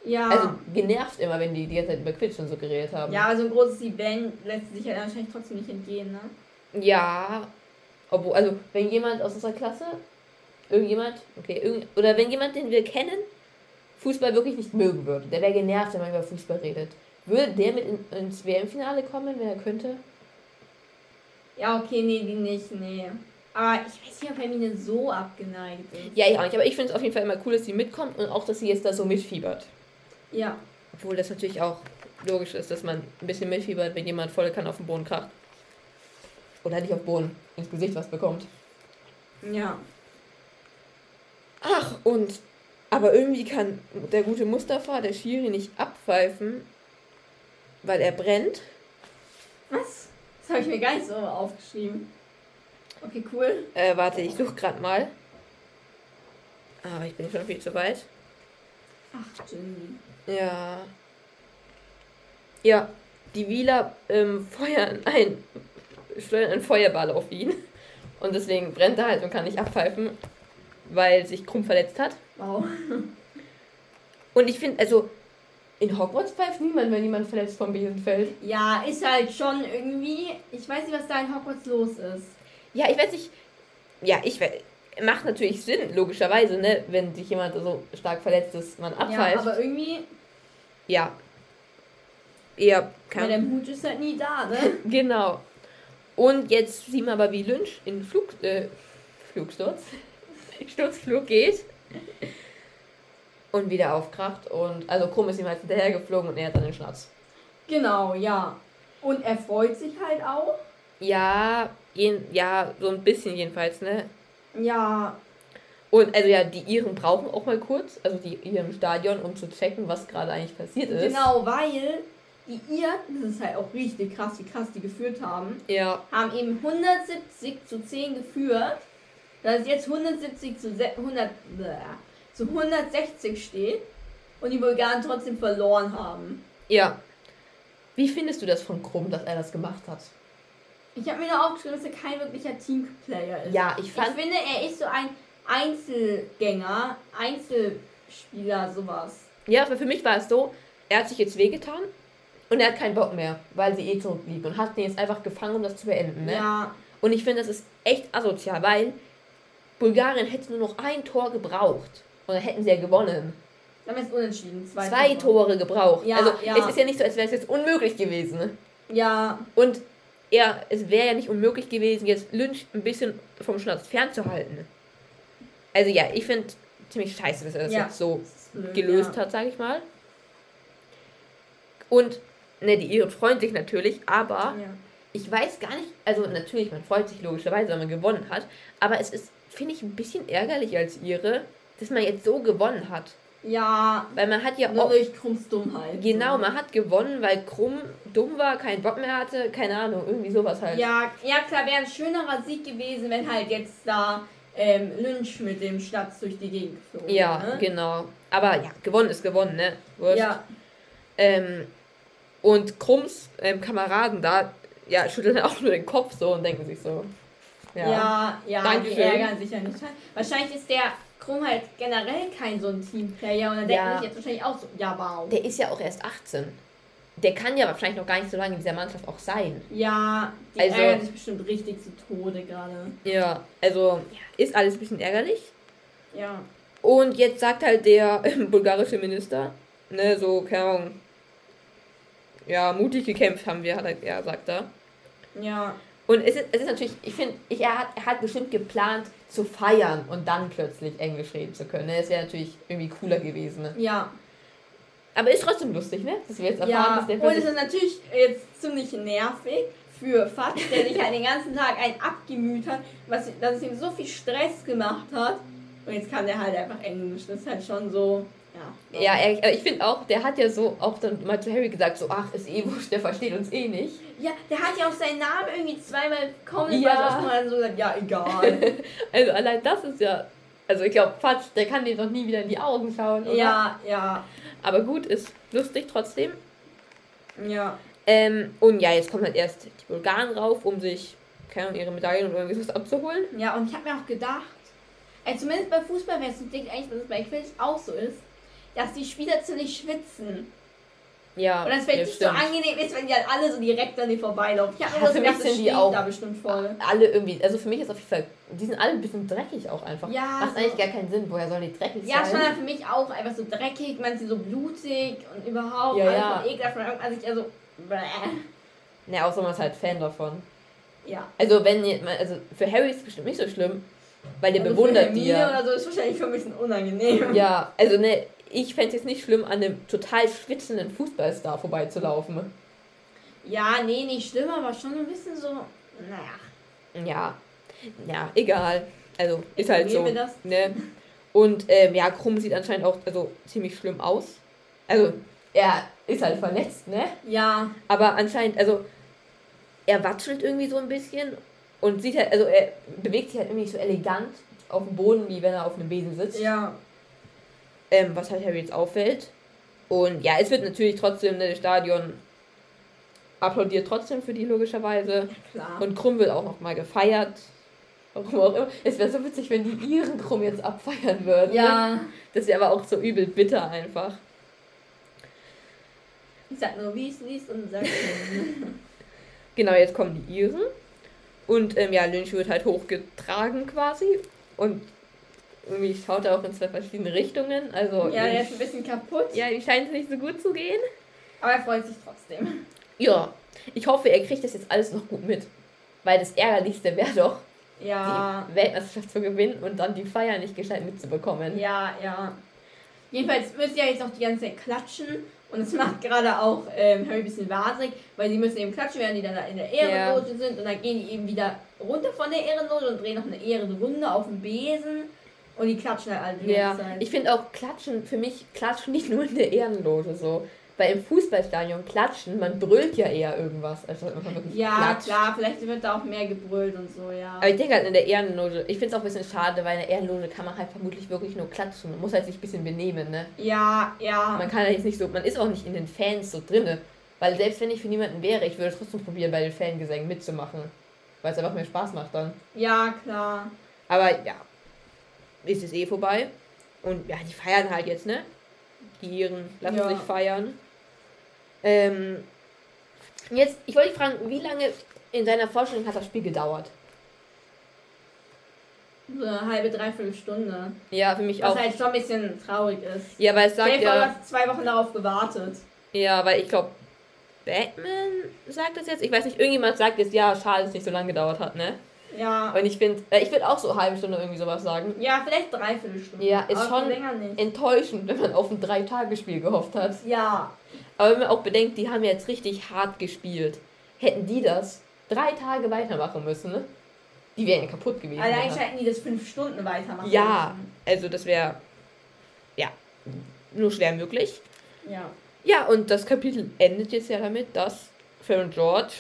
S2: Ja.
S1: Also genervt immer, wenn die die ganze Zeit über Quidditch und so geredet haben.
S2: Ah. ja, aber so ein großes Event lässt sich halt wahrscheinlich trotzdem nicht entgehen, ne?
S1: Ja. Obwohl, also, wenn jemand aus unserer Klasse, irgendjemand, okay, irgend, oder wenn jemand, den wir kennen, Fußball wirklich nicht mögen würde, der wäre genervt, wenn man über Fußball redet. Würde der mit in, ins WM-Finale kommen, wenn er könnte?
S2: Ja, okay, nee, die nicht, nee. Aber ich weiß nicht, ob Hermine so abgeneigt ist.
S1: Ja, ich auch nicht, aber ich finde es auf jeden Fall immer cool, dass sie mitkommt und auch, dass sie jetzt da so mitfiebert.
S2: Ja.
S1: Obwohl das natürlich auch logisch ist, dass man ein bisschen mitfiebert, wenn jemand volle Kanne auf den Boden kracht. Oder nicht auf den Boden, ins Gesicht was bekommt.
S2: Ja.
S1: Ach, und. Aber irgendwie kann der gute Mustafa, der Schiri, nicht abpfeifen, weil er brennt.
S2: Was? Das habe ich mir gar nicht so aufgeschrieben. Okay, cool.
S1: Äh, warte, ich suche gerade mal. Aber ich bin schon viel zu weit.
S2: Ach, Jenny.
S1: Ja. Ja, die Wieler ähm, feuern ein, steuern einen Feuerball auf ihn. Und deswegen brennt er halt und kann nicht abpfeifen, weil sich Krumm verletzt hat.
S2: Wow.
S1: Und ich finde, also, in Hogwarts pfeift niemand, wenn jemand verletzt vom Besen fällt.
S2: Ja, ist halt schon irgendwie. Ich weiß nicht, was da in Hogwarts los ist.
S1: Ja, ich weiß nicht. Ja, ich weiß. Macht natürlich Sinn, logischerweise, ne? Wenn sich jemand so stark verletzt ist, man
S2: Ja,
S1: abpfeift.
S2: aber irgendwie.
S1: Ja. Ja,
S2: Weil der
S1: kann.
S2: Mut ist halt nie da, ne?
S1: Genau. Und jetzt sehen wir aber, wie Lynch in Flug, äh, Flugsturz, Sturzflug geht und wieder aufkracht. Und also Krumm ist ihm halt hinterhergeflogen und er hat dann den Schnatz.
S2: Genau, ja. Und er freut sich halt auch.
S1: Ja, jen, ja, so ein bisschen jedenfalls, ne?
S2: Ja,
S1: Und also ja, die Iren brauchen auch mal kurz, also die Iren im Stadion, um zu checken, was gerade eigentlich passiert ist.
S2: genau, weil die Iren, das ist halt auch richtig krass, wie krass die geführt haben,
S1: Ja,
S2: haben eben 170 zu 10 geführt. Dass es jetzt 170 zu, se- 100, bäh, zu 160 steht und die Bulgaren trotzdem verloren haben.
S1: ja. Wie findest du das von Krumm, dass er das gemacht hat?
S2: Ich habe mir da aufgeschrieben, dass er kein wirklicher Teamplayer ist.
S1: Ja, ich
S2: Ich
S1: fand.
S2: finde, er ist so ein Einzelgänger, Einzelspieler, sowas.
S1: Ja, aber für mich war es so, er hat sich jetzt wehgetan und er hat keinen Bock mehr, weil sie eh zurückliegen und hat den jetzt einfach gefangen, um das zu beenden. Ne?
S2: Ja,
S1: Und ich finde, das ist echt asozial, weil Bulgarien hätte nur noch ein Tor gebraucht und dann hätten sie ja gewonnen.
S2: dann ist unentschieden. Zwei,
S1: Zwei Tore gebraucht.
S2: Ja,
S1: also
S2: ja.
S1: es ist ja nicht so, als wäre es jetzt unmöglich gewesen.
S2: Ja,
S1: Und er, es wäre ja nicht unmöglich gewesen, jetzt Lynch ein bisschen vom Schnatz fernzuhalten. Also ja, ich finde ziemlich scheiße, dass er das
S2: Ja.
S1: jetzt so
S2: Das ist blöd,
S1: gelöst
S2: ja.
S1: hat, sage ich mal. Und, ne, die Iren freuen sich natürlich, aber
S2: Ja.
S1: ich weiß gar nicht, also natürlich, man freut sich logischerweise, wenn man gewonnen hat, aber es ist, finde ich, ein bisschen ärgerlich als Ihre, dass man jetzt so gewonnen hat.
S2: ja.
S1: Weil man hat ja
S2: Nur
S1: oft,
S2: durch Krumms Dummheit.
S1: genau,
S2: so.
S1: man hat gewonnen, weil Krumm dumm war, keinen Bock mehr hatte, keine Ahnung, irgendwie sowas halt.
S2: Ja, ja klar, wäre ein schönerer Sieg gewesen, wenn halt jetzt da ähm, Lynch mit dem Schnaps durch die Gegend geflogen
S1: Ja,
S2: ne?
S1: genau. Aber ja, gewonnen ist gewonnen, ne? Wurscht.
S2: Ja,
S1: Ähm, und Krumms ähm, Kameraden da, ja, schütteln auch nur den Kopf so und denken sich so. Ja.
S2: ja, ja, die
S1: Dankeschön.
S2: ärgern sich ja nicht. Wahrscheinlich ist der Krumm halt generell kein so ein Teamplayer und dann denken
S1: Ja.
S2: sich jetzt wahrscheinlich auch so, ja, wow.
S1: Der ist ja auch erst 18. Der kann ja wahrscheinlich noch gar nicht so lange in dieser Mannschaft auch sein.
S2: Ja, die
S1: Also-
S2: ärgern sich bestimmt richtig zu Tode gerade.
S1: Ja, also ist alles ein bisschen ärgerlich.
S2: Ja.
S1: Und jetzt sagt halt der ähm, bulgarische Minister, ne, so, keine Ahnung, ja, mutig gekämpft haben wir, hat er, ja, sagt er.
S2: Ja,
S1: Und es ist, es ist natürlich, ich finde, ich, er, hat, er hat bestimmt geplant zu feiern und dann plötzlich Englisch reden zu können. Ne? Das wäre natürlich irgendwie cooler gewesen. Ne?
S2: ja,
S1: Aber ist trotzdem lustig, ne? Dass wir jetzt erfahren,
S2: ja.
S1: dass der
S2: Und es
S1: plötzlich...
S2: ist natürlich jetzt ziemlich nervig für Fatsch, der sich halt den ganzen Tag einen abgemüht hat, was, dass es ihm so viel Stress gemacht hat. Und jetzt kann der halt einfach Englisch. Das ist halt schon so, ja.
S1: Ja, er, aber ich finde auch, der hat ja so auch dann mal zu Harry gesagt, so, ach, ist eh wurscht, der versteht uns eh nicht.
S2: Ja, der hat ja auch seinen Namen irgendwie zweimal kommen
S1: Ja.
S2: ja. und dann so gesagt, ja, egal.
S1: Also allein das ist ja... Also ich glaube, Fatsch, der kann dir doch nie wieder in die Augen schauen, oder?
S2: ja, ja,
S1: Aber gut, ist lustig trotzdem.
S2: ja.
S1: Ähm, und ja, jetzt kommen halt erst die Bulgaren rauf, um sich, keine Ahnung, ihre Medaillen oder irgendwie sowas abzuholen.
S2: Ja, und ich habe mir auch gedacht, also zumindest bei Fußball wäre es ein Ding, eigentlich, dass es bei Quidditch auch so ist, dass die Spieler ziemlich schwitzen.
S1: Ja,
S2: Und das fällt
S1: ja,
S2: nicht so
S1: stimmt.
S2: angenehm ist, wenn die halt alle so direkt an dir vorbeilaufen. Ich habe immer
S1: für mich
S2: gedacht, das
S1: sind die
S2: steht
S1: auch-
S2: da bestimmt voll.
S1: alle irgendwie, also für mich ist auf jeden Fall, die sind alle ein bisschen dreckig auch einfach.
S2: Ja,
S1: Macht
S2: so-
S1: eigentlich gar keinen Sinn, woher sollen die dreckig
S2: Ja, es war
S1: sein?
S2: dann für mich auch einfach so dreckig, man sieht so blutig und überhaupt.
S1: Ja,
S2: alles
S1: ja.
S2: voll ekelhaft. Und irgendwann sich eher so, bäh.
S1: Ne, außer man ist halt Fan davon.
S2: Ja.
S1: Also wenn, ihr- also für Harry ist es bestimmt nicht so schlimm, weil der
S2: Also für
S1: bewundert
S2: Hermine
S1: die ja.
S2: oder so ist wahrscheinlich schon ein bisschen unangenehm.
S1: Ja, also ne, ich fände es jetzt nicht schlimm, an einem total schwitzenden Fußballstar vorbeizulaufen.
S2: Ja, nee, nicht schlimm, aber schon ein bisschen so, naja.
S1: Ja, ja, egal. Also ist halt so.
S2: Ignorieren wir das?
S1: Ne? Und ähm, ja, Krumm sieht anscheinend auch also, ziemlich schlimm aus. Also er ist halt verletzt, ne?
S2: Ja,
S1: Aber anscheinend, also er watschelt irgendwie so ein bisschen und sieht halt, also er bewegt sich halt irgendwie so elegant auf dem Boden, wie wenn er auf einem Besen sitzt.
S2: ja,
S1: Ähm, was halt Harry jetzt auffällt. Und ja, es wird natürlich trotzdem, ne, das Stadion applaudiert trotzdem für die logischerweise.
S2: klar.
S1: Und Krumm wird auch nochmal gefeiert. Warum auch immer. Es wäre so witzig, wenn die ihren Krumm jetzt abfeiern würden. ne?
S2: ja.
S1: Das wäre aber auch so übel bitter einfach.
S2: Ich sag nur, wie es liest und sag
S1: Genau, jetzt kommen die Iren. Und ähm, ja, Lynch wird halt hochgetragen quasi. Und irgendwie schaut er auch in zwei verschiedene Richtungen. Also,
S2: Ja, der
S1: ihm,
S2: ist ein bisschen kaputt,
S1: ja ihm scheint es nicht so gut zu gehen.
S2: aber er freut sich trotzdem.
S1: Ja, ich hoffe, er kriegt das jetzt alles noch gut mit. Weil das Ärgerlichste wäre doch,
S2: Ja,
S1: die Weltmeisterschaft zu gewinnen und dann die Feier nicht gescheit mitzubekommen.
S2: ja, ja. Jedenfalls müssen ja jetzt auch die ganze Zeit klatschen und das macht gerade auch ähm, Harry ein bisschen wahnsinnig, weil sie müssen eben klatschen, während die dann da in der Ehrenloge sind und dann gehen die eben wieder runter von der Ehrenloge und drehen noch eine Ehrenrunde auf dem Besen und die klatschen halt alle die
S1: Ja,
S2: ganze Zeit.
S1: ich finde auch Klatschen, für mich klatschen nicht nur in der Ehrenloge so. Weil im Fußballstadion klatschen, man brüllt ja eher irgendwas. Also man wirklich
S2: ja,
S1: klatscht.
S2: klar, vielleicht wird da auch mehr gebrüllt und so, ja.
S1: Aber ich denke halt in der Ehrenloge, ich finde es auch ein bisschen schade, weil in der Ehrenloge kann man halt vermutlich wirklich nur klatschen. Man muss halt sich ein bisschen benehmen, ne?
S2: Ja, ja.
S1: Man kann halt jetzt nicht so, man ist auch nicht in den Fans so drinne. Weil selbst wenn ich für niemanden wäre, ich würde trotzdem probieren, bei den Fangesängen mitzumachen. Weil es einfach mehr Spaß macht dann.
S2: Ja, klar.
S1: Aber ja, ist es eh vorbei. Und ja, die feiern halt jetzt, ne? Die Iren lassen
S2: Ja.
S1: sich feiern. Ähm, jetzt, ich wollte dich fragen, wie lange in deiner Vorstellung hat das Spiel gedauert?
S2: So eine halbe, dreiviertel Stunde.
S1: Ja, für mich
S2: Was
S1: auch.
S2: halt schon ein bisschen traurig ist.
S1: Ja, weil es sagt
S2: Safe
S1: ja,
S2: hat zwei Wochen darauf gewartet.
S1: ja, weil ich glaube, Batman sagt das jetzt? Ich weiß nicht, irgendjemand sagt jetzt, ja, schade, dass es nicht so lange gedauert hat, ne?
S2: Ja.
S1: Und ich finde, äh, ich würde auch so eine halbe Stunde irgendwie sowas sagen.
S2: Ja, vielleicht dreiviertel Stunde.
S1: Ja, ist
S2: aber
S1: schon-
S2: länger nicht.
S1: Enttäuschend, wenn man auf ein Drei-Tage-Spiel gehofft hat.
S2: Ja.
S1: Aber wenn man auch bedenkt, die haben ja jetzt richtig hart gespielt. Hätten die das drei Tage weitermachen müssen, ne? Die wären ja kaputt gewesen.
S2: Allein
S1: Ja.
S2: hätten die das fünf Stunden weitermachen.
S1: Ja, also das wäre ja nur schwer möglich.
S2: müssen. Ja.
S1: Ja, und das Kapitel endet jetzt ja damit, dass Fern und George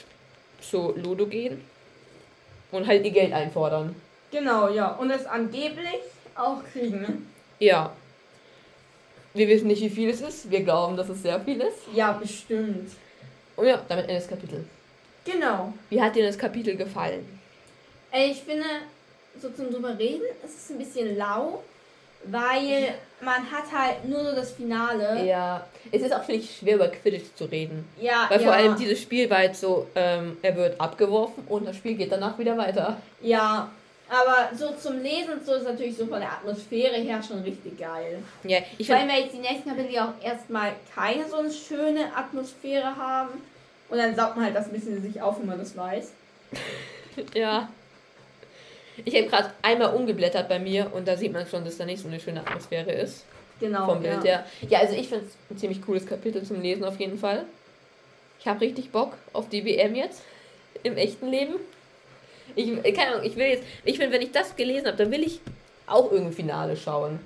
S1: zu Ludo gehen und halt ihr Geld einfordern.
S2: Genau, ja. Und es angeblich auch kriegen.
S1: Ja. Wir wissen nicht, wie viel es ist. Wir glauben, dass es sehr viel ist.
S2: Ja, bestimmt.
S1: Und ja, damit endet das Kapitel.
S2: Genau.
S1: Wie hat dir das Kapitel gefallen?
S2: Ey, ich finde, so zum drüber reden, es ist ein bisschen lau, weil man hat halt nur so das Finale.
S1: Ja, es ist auch, finde ich, schwer über Quidditch zu reden.
S2: Ja,
S1: Weil
S2: ja,
S1: vor allem dieses Spiel war jetzt so, ähm, er wird abgeworfen und das Spiel geht danach wieder weiter.
S2: ja. Aber so zum Lesen und so ist natürlich so von der Atmosphäre her schon richtig geil.
S1: Ja, ich
S2: Vor
S1: find-
S2: allem, weil jetzt die nächsten Kapitel ja auch erstmal keine so eine schöne Atmosphäre haben. Und dann saugt man halt das ein bisschen in sich auf, wenn man das weiß.
S1: Ja. Ich habe gerade einmal umgeblättert bei mir und da sieht man schon, dass da nicht so eine schöne Atmosphäre ist.
S2: Genau.
S1: vom Bild
S2: ja.
S1: her. Ja, also ich finde es ein ziemlich cooles Kapitel zum Lesen auf jeden Fall. Ich habe richtig Bock auf die WM jetzt. Im echten Leben. Ich, äh, keine Ahnung, ich will jetzt. Ich finde, wenn ich das gelesen habe, dann will ich auch irgendein Finale schauen.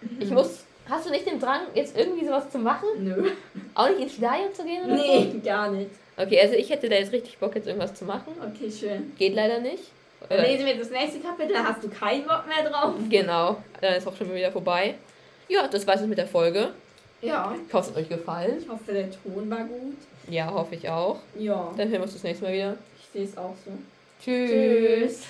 S2: Mhm.
S1: Ich muss. Hast du nicht den Drang, jetzt irgendwie sowas zu machen?
S2: Nö.
S1: Auch nicht ins Stadion zu gehen? Oder
S2: Nee, gar nicht.
S1: So? Okay, also ich hätte da jetzt richtig Bock, jetzt irgendwas zu machen.
S2: Okay, schön.
S1: Geht leider nicht.
S2: Dann
S1: Äh,
S2: lesen wir das nächste Kapitel, da hast du keinen Bock mehr drauf.
S1: Genau, dann ist auch schon wieder vorbei. Ja, das war's jetzt mit der Folge.
S2: Ja.
S1: Ich hoffe, es hat euch gefallen.
S2: Ich hoffe, der Ton war gut.
S1: Ja, hoffe ich auch.
S2: Ja,
S1: Dann hören wir uns das nächste Mal wieder.
S2: ich sehe es auch so.
S1: Tschüss.